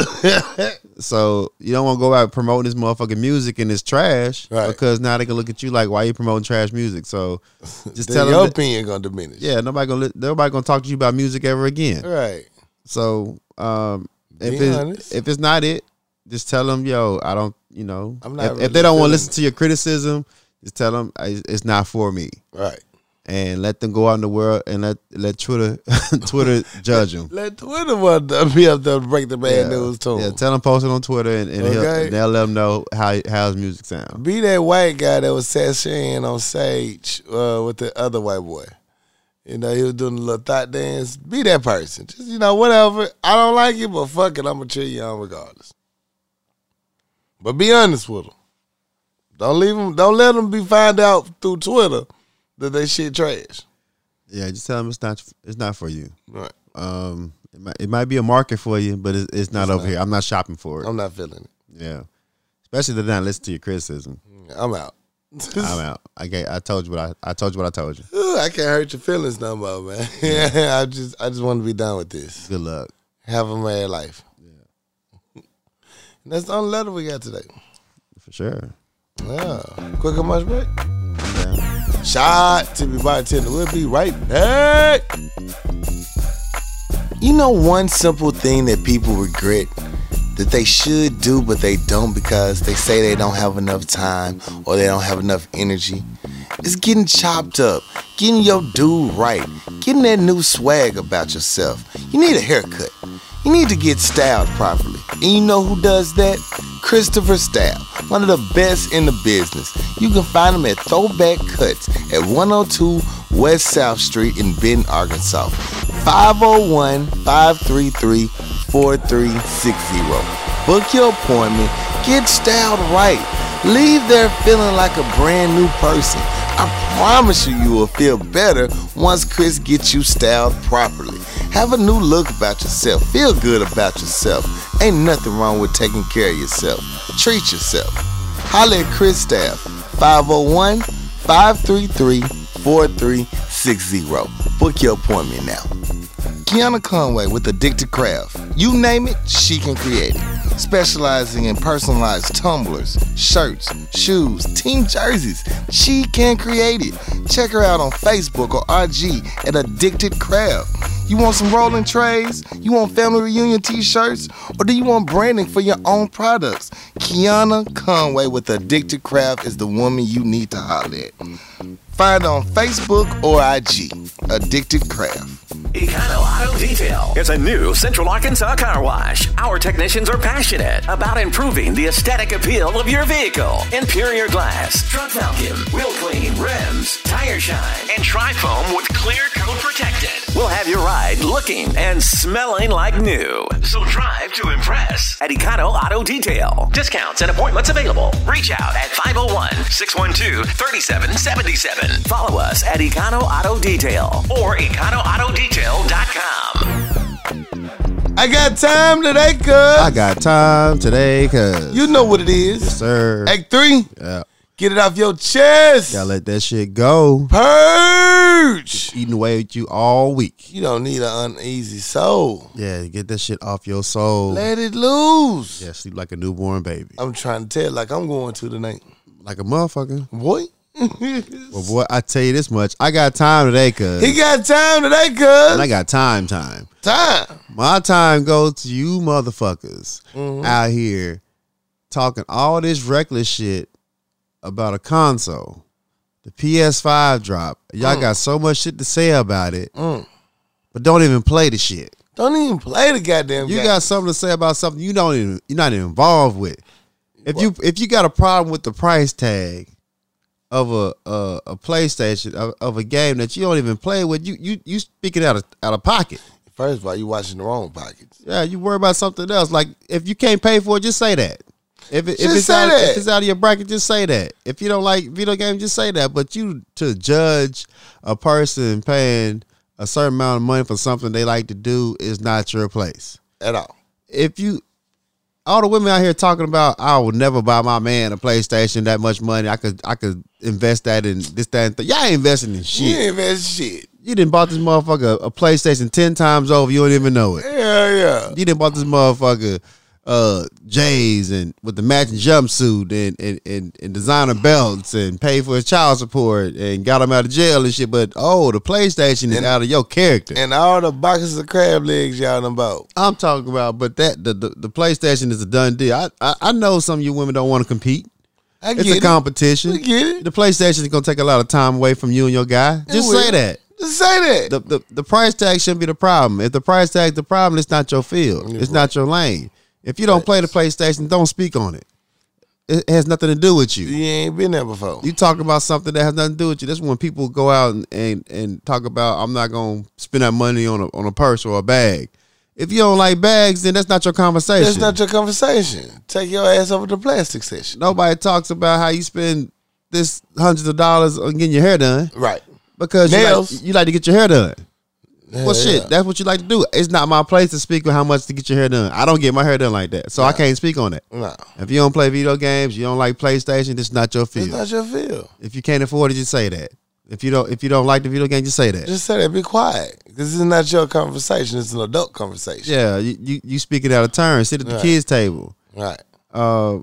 so you don't want to go out promoting this motherfucking music and it's trash Right. because now they can look at you like, why you promoting trash music? So just Then tell them, your that- opinion gonna diminish. yeah, nobody gonna li- nobody gonna talk to you about music ever again. Right. So um, Uh, Be if it's, honest. if it's not it, just tell them, yo, I don't, you know, I'm not if, if really they don't want feeling to listen to your criticism, just tell them it's not for me, Right. and let them go out in the world and let let Twitter Twitter judge them. Let Twitter one be up there to break the bad news to yeah, him. tell them post it on Twitter and, and, he'll, Okay. and they'll let them know how how his music sounds. be that white guy that was sashaying on stage uh, with the other white boy. You know, he was doing a little thought dance. Be that person. Just, you know, whatever. I don't like it, but fuck it. I'm going to cheer you on regardless. But be honest with them. Don't leave them, don't let them be find out through Twitter that they shit trash. Yeah, just tell them it's not it's not for you. Right. Um, it might, it might be a market for you, but it's, it's not over here. I'm not shopping for it. I'm not feeling it. yeah, especially if they not listen to your criticism. I'm out. I'm out. I ga- I told you what I, I told you what I told you. Ooh, I can't hurt your feelings no more, man. I just I just want to be done with this. Good luck. Have a merry life. That's the only letter we got today. For sure. Yeah. Quick and much break. Shot to be bartender. We'll be right back. You know one simple thing that people regret that they should do but they don't because they say they don't have enough time or they don't have enough energy. It's getting chopped up, getting your dude right, getting that new swag about yourself. You need a haircut. You need to get styled properly. And you know who does that? Christopher Style, one of the best in the business. You can find him at Throwback Cuts at 102 West South Street in Benton, Arkansas. 501 533 4360. Book your appointment. Get styled right. Leave there feeling like a brand new person. I promise you, you will feel better once Chris gets you styled properly. Have a new look about yourself. Feel good about yourself. Ain't nothing wrong with taking care of yourself. Treat yourself. Holla at Chris Staff, 501 533 4360. Book your appointment now. Kiana Conway with Addicted Craft. You name it, she can create it. Specializing in personalized tumblers, shirts, shoes, team jerseys, she can create it. Check her out on Facebook or IG at Addicted Craft. You want some rolling trays? You want family reunion t shirts? Or do you want branding for your own products? Kiana Conway with Addicted Craft is the woman you need to holler at. Find her on Facebook or IG, Addicted Craft. Econo Auto Detail is a new Central Arkansas car wash. Our technicians are passionate about improving the aesthetic appeal of your vehicle. Interior glass, truck vacuum, wheel clean, rims, tire shine, and tri foam with clear coat protected. We'll have your ride looking and smelling like new. So drive to impress at Econo Auto Detail. Discounts and appointments available. Reach out at 501 612 3777. Follow us at Econo Auto Detail or EconoAutoDetail.com. I got time today, cuz. I got time today, cause You know what it is. sir. Act three. Yeah. Get it off your chest. Gotta let that shit go. Purge. Eating away at you all week. You don't need an uneasy soul. Yeah, get that shit off your soul. Let it loose. Yeah, sleep like a newborn baby. I'm trying to tell, like I'm going to tonight. Like a motherfucker. Boy. Well, boy, I tell you this much. I got time today, cuz. He got time today, cuz. And I got time time. time. My time goes to you motherfuckers out here talking all this reckless shit about a console. The PS5 drop. Y'all got so much shit to say about it, but don't even play the shit. Don't even play the goddamn You game. got something to say about something you don't even you're not even involved with. If you if you got a problem with the price tag of a a, a PlayStation of, of a game that you don't even play with, you you you speaking out of out of pocket. First of all, you watching the wrong pockets. Yeah, you worry about something else. Like if you can't pay for it, just say that. If, it, if Just it's say out, that. if it's out of your bracket, just say that. If you don't like video games, just say that. But you to judge a person paying a certain amount of money for something they like to do is not your place. At all. If you all the women out here talking about I would never buy my man a PlayStation that much money. I could I could invest that in this that and th-. y'all ain't investing in You shit. ain't invest shit. You didn't bought this motherfucker a PlayStation ten times over. You don't even know it. Hell yeah. You didn't bought this motherfucker uh J's and with the matching jumpsuit and and, and and designer belts and paid for his child support and got him out of jail and shit. But oh, the PlayStation is out of your character. And all the boxes of crab legs y'all done bought. I'm talking about, but that the, the, the PlayStation is a done deal. I, I I know some of you women don't want to compete. I It's get a competition. We get it. The PlayStation is gonna take a lot of time away from you and your guy. Just will. say that. it. Just say that. the, the the price tag shouldn't be the problem. If the price tag's the problem, it's not your field. It's not your lane. If you don't play the PlayStation, don't speak on it. It has nothing to do with you. you ain't been there before. You talk about something that has nothing to do with you. That's when people go out and, and, and talk about I'm not gonna spend that money on a on a purse or a bag. If you don't like bags, then that's not your conversation. That's not your conversation. Take your ass over to the plastic section. Nobody talks about how you spend this hundreds of dollars on getting your hair done Right. because you Nails. like, you like to get your hair done. Well, Yeah. shit, that's what you like to do. It's not my place to speak on how much to get your hair done. I don't get my hair done like that, so I can't speak on that. No. If you don't play video games, you don't like PlayStation. This is not your That's field. not your field. if you can't afford it, just say that. If you don't, if you don't like the video game, just say that. Just say that. Be quiet. This is not your conversation. It's an adult conversation. yeah, you, you you speak it out of turn. Sit at the Right. kids' table. Right. Uh,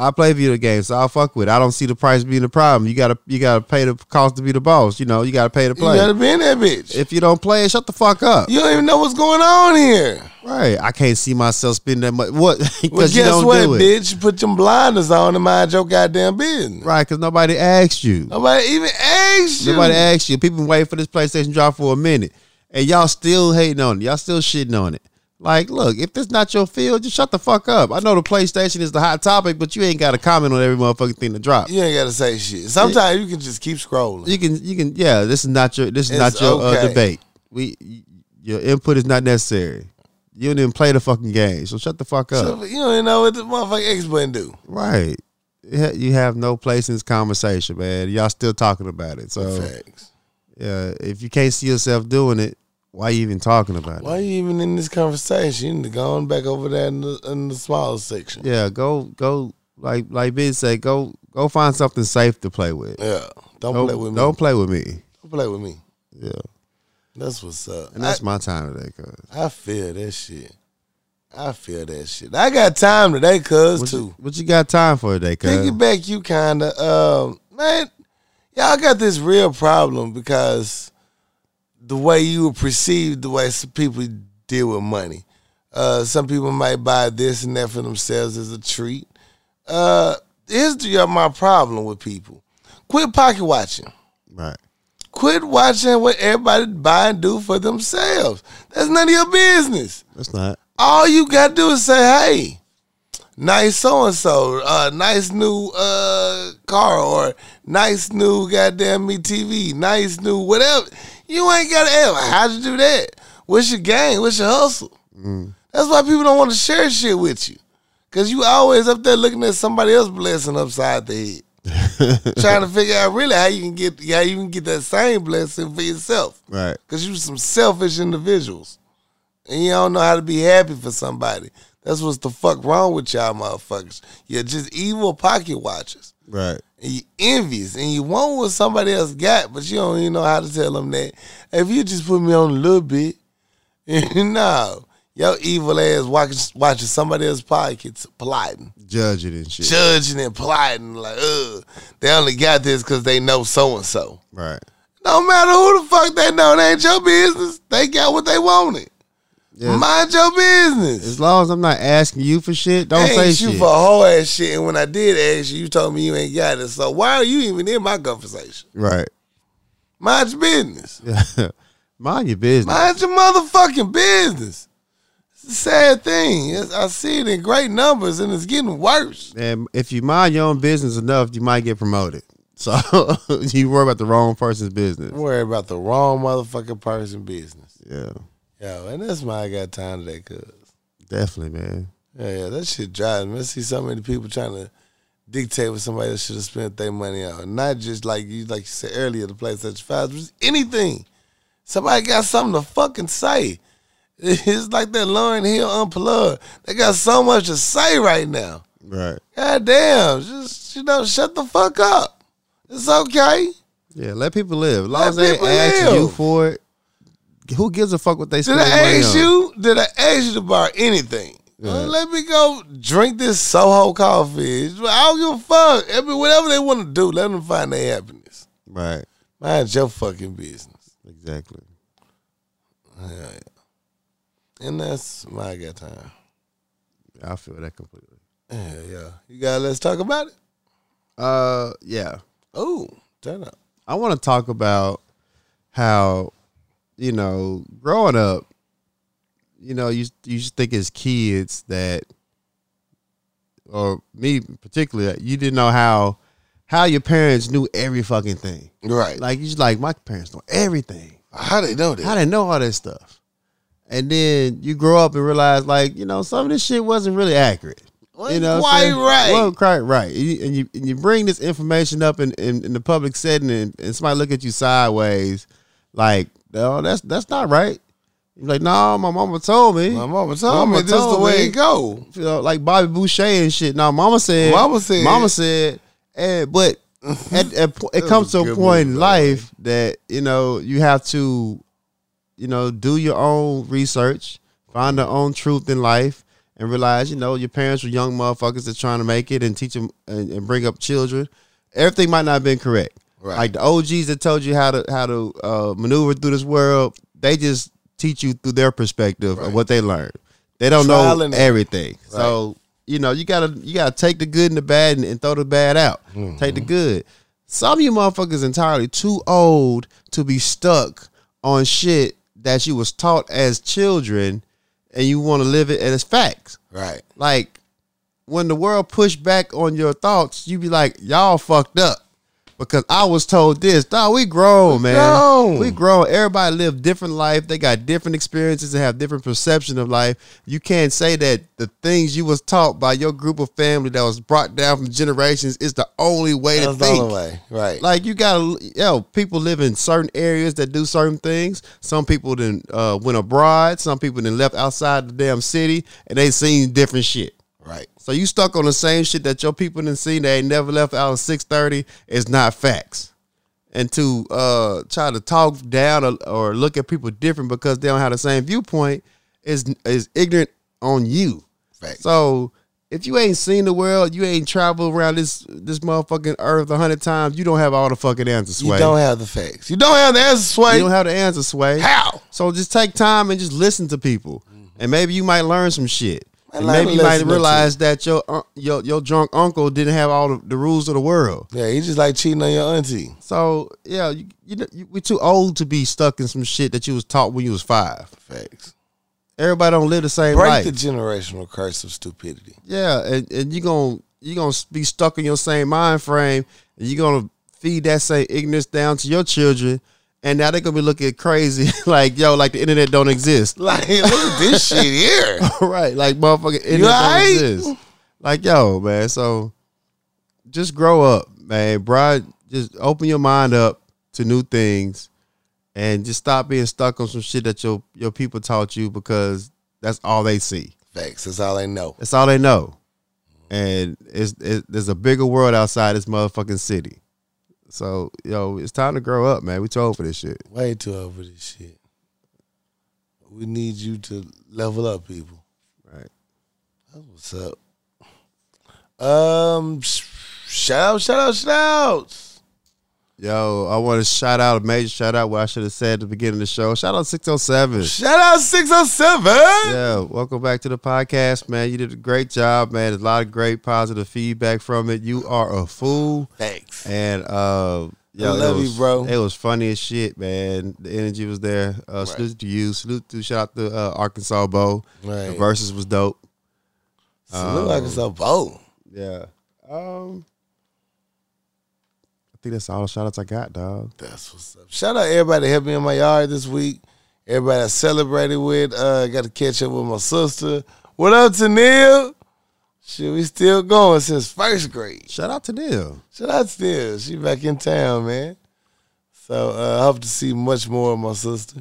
I play video games, so I fuck with. it. I don't see the price being the problem. You gotta you gotta pay the cost to be the boss. You know, you gotta pay to play. You gotta be in that bitch. if you don't play, it, shut the fuck up. you don't even know what's going on here. Right? I can't see myself spending that much. What? Because Well, you guess don't what, do it. bitch? Put them blinders on and mind your goddamn business. Right, because nobody asked you. Nobody even asked you. Nobody asked you. People been waiting for this PlayStation drop for a minute, and y'all still hating on it. Y'all still shitting on it. Like, look, if this not your field, just shut the fuck up. I know the PlayStation is the hot topic, but you ain't got to comment on every motherfucking thing that drop. You ain't gotta say shit. Sometimes you can just keep scrolling. You can, you can, yeah. This is not your, this is It's not your uh, okay. debate. We, y- your input is not necessary. You don't even play the fucking game, so shut the fuck up. So, you don't even know what the motherfucking X button do. Right. Yeah, You have no place in this conversation, man. Y'all still talking about it. So, Facts. yeah, if you can't see yourself doing it, why you even talking about it? Why you even in this conversation? You need to go on back over there in the, in the small section. Yeah, go go like like Ben said, go go find something safe to play with. Yeah. Don't Don't play with me. Don't play with me. Don't play with me. Yeah, That's what's up. and that's my time today, cuz. I, I feel that shit. I feel that shit. I got time today, cuz What too. you, what you got time for today, cuz? Piggyback you kinda. Um man, y'all got this real problem because the way you were perceived, the way some people deal with money. Uh some people might buy this and that for themselves as a treat. Uh here's the, my problem with people. Quit pocket watching Right. quit watching what everybody buy and do for themselves. That's none of your business. That's not. All you gotta do is say, hey, nice so and so, uh, nice new uh car or nice new goddamn me TV, nice new whatever. You ain't gotta ask how'd you do that? What's your game? What's your hustle? That's why people don't wanna share shit with you. Cause you always up there looking at somebody else blessing upside the head trying to figure out really how you can get how you can get that same blessing for yourself. Right. Cause you some selfish individuals. And you don't know how to be happy for somebody. That's what's the fuck wrong with y'all motherfuckers. You're just evil pocket watchers. Right. and you envious and you want what somebody else got, but you don't even know how to tell them that. If you just put me on a little bit, no, your evil ass watching, watching somebody else's pockets plotting, Judge it and shit. judging and plotting like, ugh, they only got this because they know so and so. right. No matter who the fuck they know, it ain't your business. They got what they wanted. Yeah. Mind your business. As long as I'm not asking you for shit, don't I say asked you shit. for whole ass shit, and when I did ask you, you told me you ain't got it. So why are you even in my conversation? right. Mind your business. Mind your business. Mind your motherfucking business. It's a sad thing. It's- I see it in great numbers, and it's getting worse. and if you mind your own business enough, you might get promoted. So you worry about the wrong person's business. Worry about the wrong motherfucking person business. Yeah, Yo, and that's why I got time today, cuz. definitely, man. Yeah, yeah, that shit drives me. I see so many people trying to dictate what somebody else should have spent their money on. Not just like you, like you said earlier, the PlayStation Five, just anything. Somebody got something to fucking say. It's like that Lauren Hill unplugged. They got so much to say right now. Right. God damn, just you know, shut the fuck up. It's okay. Yeah, let people live. As long as they ain't people asking live. you for it, who gives a fuck what they Did spend I money ask on? you? Did I ask you to borrow anything? Well, let me go drink this Soho coffee. I don't give a fuck. I mean, whatever they want to do, let them find their happiness. Right. Mind your fucking business. Exactly. Yeah, yeah. And that's why I got time. I feel that completely. Yeah, yeah. You got let's talk about it? Uh, yeah. Oh, turn up. I want to talk about how, you know, growing up, you know, you you just think as kids that, or me particularly, you didn't know how how your parents knew every fucking thing. Right. Like Like you just like my parents know everything. how they know that? How they know all that stuff? And then you grow up and realize, like you know, some of this shit wasn't really accurate. Well, you know, what quite I'm saying? right. Well, quite right. And you and you, and you bring this information up in, in, in the public setting, and, and somebody look at you sideways, like, no, that's that's not right. You're like, no, my mama told me. My mama told Mama me this is the told way me. it go. You know, like Bobby Boucher and shit. No, mama said. Mama said. Mama said. And, but at, at, po- it was comes a to a good point in movie, by the way. life that you know you have to, you know, do your own research, find your own truth in life, and realize you know your parents were young motherfuckers that's trying to make it and teach them and, and bring up children. Everything might not have been correct. Right. Like the OGs that told you how to how to uh, maneuver through this world, they just teach you through their perspective of what they learned. They don't Trial know and error. everything. So you know you gotta you gotta take the good and the bad and, and throw the bad out. Take the good. Some of you motherfuckers entirely too old to be stuck on shit that you was taught as children, and you want to live it as facts. Right. Like when the world pushed back on your thoughts, you be like, y'all fucked up. Because I was told this. Nah, we grown, man. grown. We grown. Everybody live different life. They got different experiences and have different perception of life. You can't say that the things you was taught by your group of family that was brought down from generations is the only way That's to the think. only way. Right. Like you gotta, yo, people live in certain areas that do certain things. Some people then uh, went abroad. Some people then left outside the damn city, and they seen different shit. right. So you stuck on the same shit that your people didn't see. They ain't never left out of six thirty. It's not facts. And to uh, try to talk down or, or look at people different because they don't have the same viewpoint is is ignorant on you. Facts. So if you ain't seen the world, you ain't traveled around this this motherfucking earth a hundred times. You don't have all the fucking answers. You Sway. don't have the facts. You don't have the answer, Sway. You don't have the answer, Sway. How? So just take time and just listen to people, and maybe you might learn some shit. I And like maybe you might listening to realize that your un- your your drunk uncle didn't have all the, the rules of the world. Yeah, you just like cheating on your auntie. So yeah, you, you, know, you we too old to be stuck in some shit that you was taught when you was five. Facts. Everybody don't live the same Break life. the generational curse of stupidity. yeah, and, and you gonna you gonna be stuck in your same mind frame, and you gonna feed that same ignorance down to your children, and now they gonna be looking crazy like yo, like the internet don't exist. Like, look at this shit here. right. Like motherfucking You internet aight? don't exist. Like yo, man. So just grow up, man. Broad, just open your mind up to new things, and just stop being stuck on some shit that your your people taught you because that's all they see. Facts. That's all I know. That's all they know. and it's it, there's a bigger world outside this motherfucking city. So yo, it's time to grow up, man. We too old for this shit. Way too over this shit. We need you to level up, people. Right. That's what's up. Um, sh- shout out, shout out, shout outs. Yo, I want to shout out a major shout out what I should have said at the beginning of the show. Shout out 607. Shout out 607. Yeah, welcome back to the podcast, man. You did a great job, man. There's a lot of great positive feedback from it. You are a fool. Thanks. And uh yo, I love it you, was, bro. It was funny as shit, man. The energy was there. Uh, Salute to you. Salute to shout out to uh, Arkansas Bo. Right. The verses was dope. So look like it's Um, a boat. Yeah. Um, I think that's all the shout outs I got, dog. That's what's up. Shout out everybody that helped me in my yard this week. Everybody I celebrated with. Uh, got to catch up with my sister. What up, Tanil? Shit, we still going since first grade. Shout out to Neil. Shout out to Tanil. She back in town, man. So uh, I hope to see much more of my sister.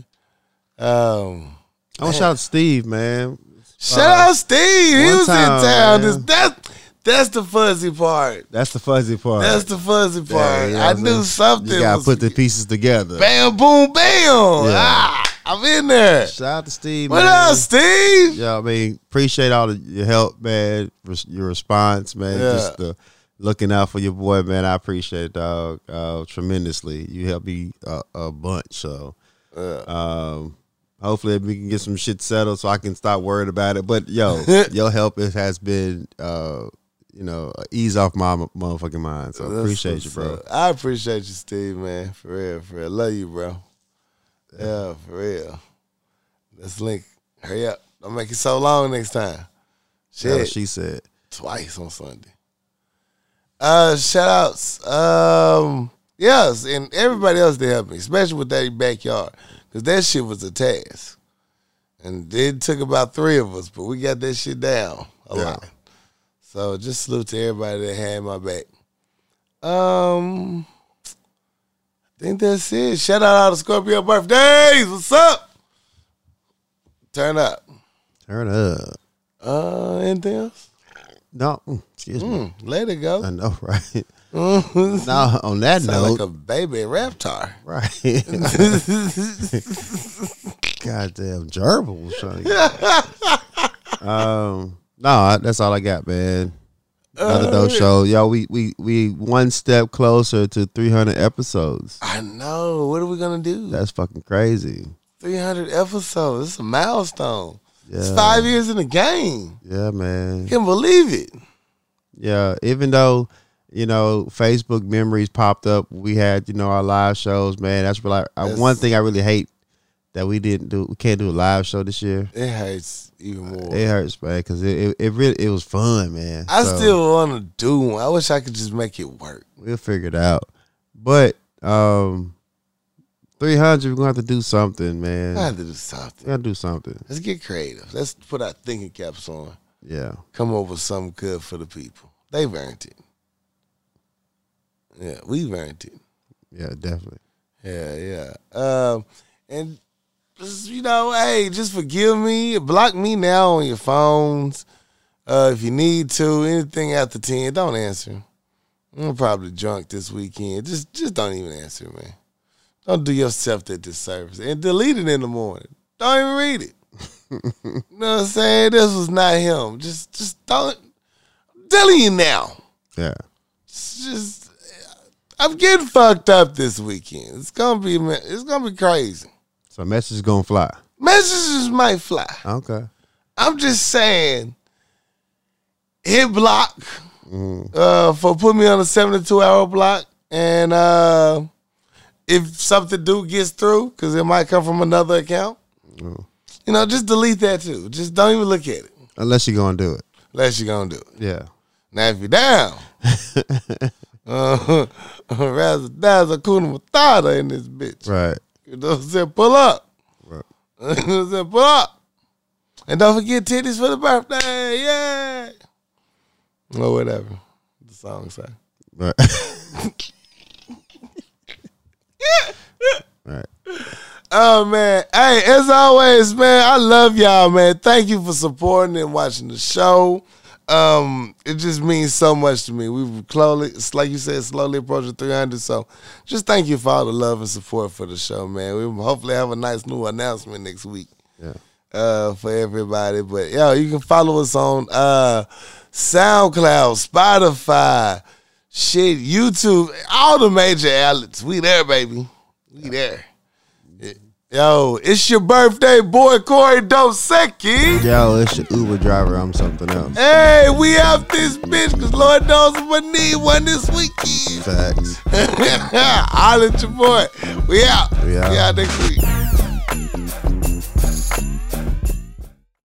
Um, I want to shout out to Steve, man. shout out Steve. He Uh, one was time, in man. town. This- That's that's the fuzzy part. That's the fuzzy part. That's the fuzzy Yeah, part. you know I what I'm knew saying? something. You gotta was- put the pieces together. bam, boom, bam. Yeah. Ah, I'm in there. Shout out to Steve. What man. up, Steve? Yeah, I mean, appreciate all of your help, man. Res- your response, man. Yeah. Just the looking out for your boy, man. I appreciate it, dog, uh, tremendously. You helped me a, a bunch, so. Um, hopefully we can get some shit settled so I can stop worrying about it. But yo, your help is- has been, uh, you know, a ease off my mo- motherfucking mind. So That's appreciate what's you, bro. up. I appreciate you, Steve, man. For real, for real. Love you, bro. Yeah, for real. Let's link. Hurry up. Don't make it so long next time. That's what Shit. she said. twice on Sunday. Uh, shout outs. Um, yes, and everybody else that helped me, especially with that backyard, because that shit was a task. And it took about three of us, but we got that shit down a Yeah. lot. So just salute to everybody that had my back. Um, I think that's it. Shout out all the Scorpio birthdays. What's up? Turn up. Turn up. Uh, anything else? No, mm, excuse me. Hmm, let it go. I know, right? no, on that Mm-hmm. Sound note, like a baby raptor. right? Goddamn gerbil. son. um, no, I- that's all I got, man. Uh, Another dope show, yo. We we we one step closer to 300 episodes. I know. What are we gonna do? That's fucking crazy. Three hundred episodes. It's a milestone. It's Yeah. five years in the game. Yeah, man. Can't believe it. Yeah, even though you know Facebook memories popped up, we had you know our live shows, man. That's what I, I That's- one thing I really hate that we didn't do. We can't do a live show this year. It hurts even more. It hurts, man, because it, it it really it was fun, man. I So, still wanna do one. I wish I could just make it work. we'll figure it out, but um, three hundred we're gonna have to do something, man. I We have to do something. gotta do something. Let's get creative. Let's put our thinking caps on. Yeah, Come up with something good for the people. They've earned it. Yeah, we've earned it. yeah, definitely. Yeah, yeah. Um, and just, you know, hey, just forgive me. Block me now on your phones. Uh, if you need to, anything after ten, don't answer. I'm probably drunk this weekend. Just, just don't even answer, man. Don't do yourself that disservice and delete it in the morning. Don't even read it. you know what I'm saying? This was not him. Just, just don't. I'm telling you now Yeah, it's just I'm getting fucked up this weekend. It's gonna be it's gonna be crazy. so message gonna fly. Messages might fly. Okay, I'm just saying, hit block uh, for put me on a 72 hour block, and uh, if something do gets through, because it might come from another account, you know, just delete that too. Just don't even look at it unless you're gonna do it. unless you're gonna do it. Yeah, Now if you're down, uh, Razzle Dazzle Kuna Matata in this bitch. right. You know what I'm saying? Pull up. Right. you know what I'm saying? Pull up. And don't forget titties for the birthday. Yeah. Or whatever the song say. Right. right. Oh man. Hey, as always, man, I love y'all, man. Thank you for supporting and watching the show. um, it just means so much to me. We've slowly, it's like you said, slowly approaching 300. So just thank you for all the love and support for the show, man. We will hopefully have a nice new announcement next week Yeah. uh, for everybody. But yo, you can follow us on uh, SoundCloud, Spotify, shit, YouTube, all the major outlets. We there, baby. We there. Yo, it's your birthday, boy Corey Dosecki. Yo, it's your Uber driver. I'm something else. Hey, we out this bitch because Lord knows I'm gonna need one this weekend. Facts. I'll let your boy. We out. We out. We out next week.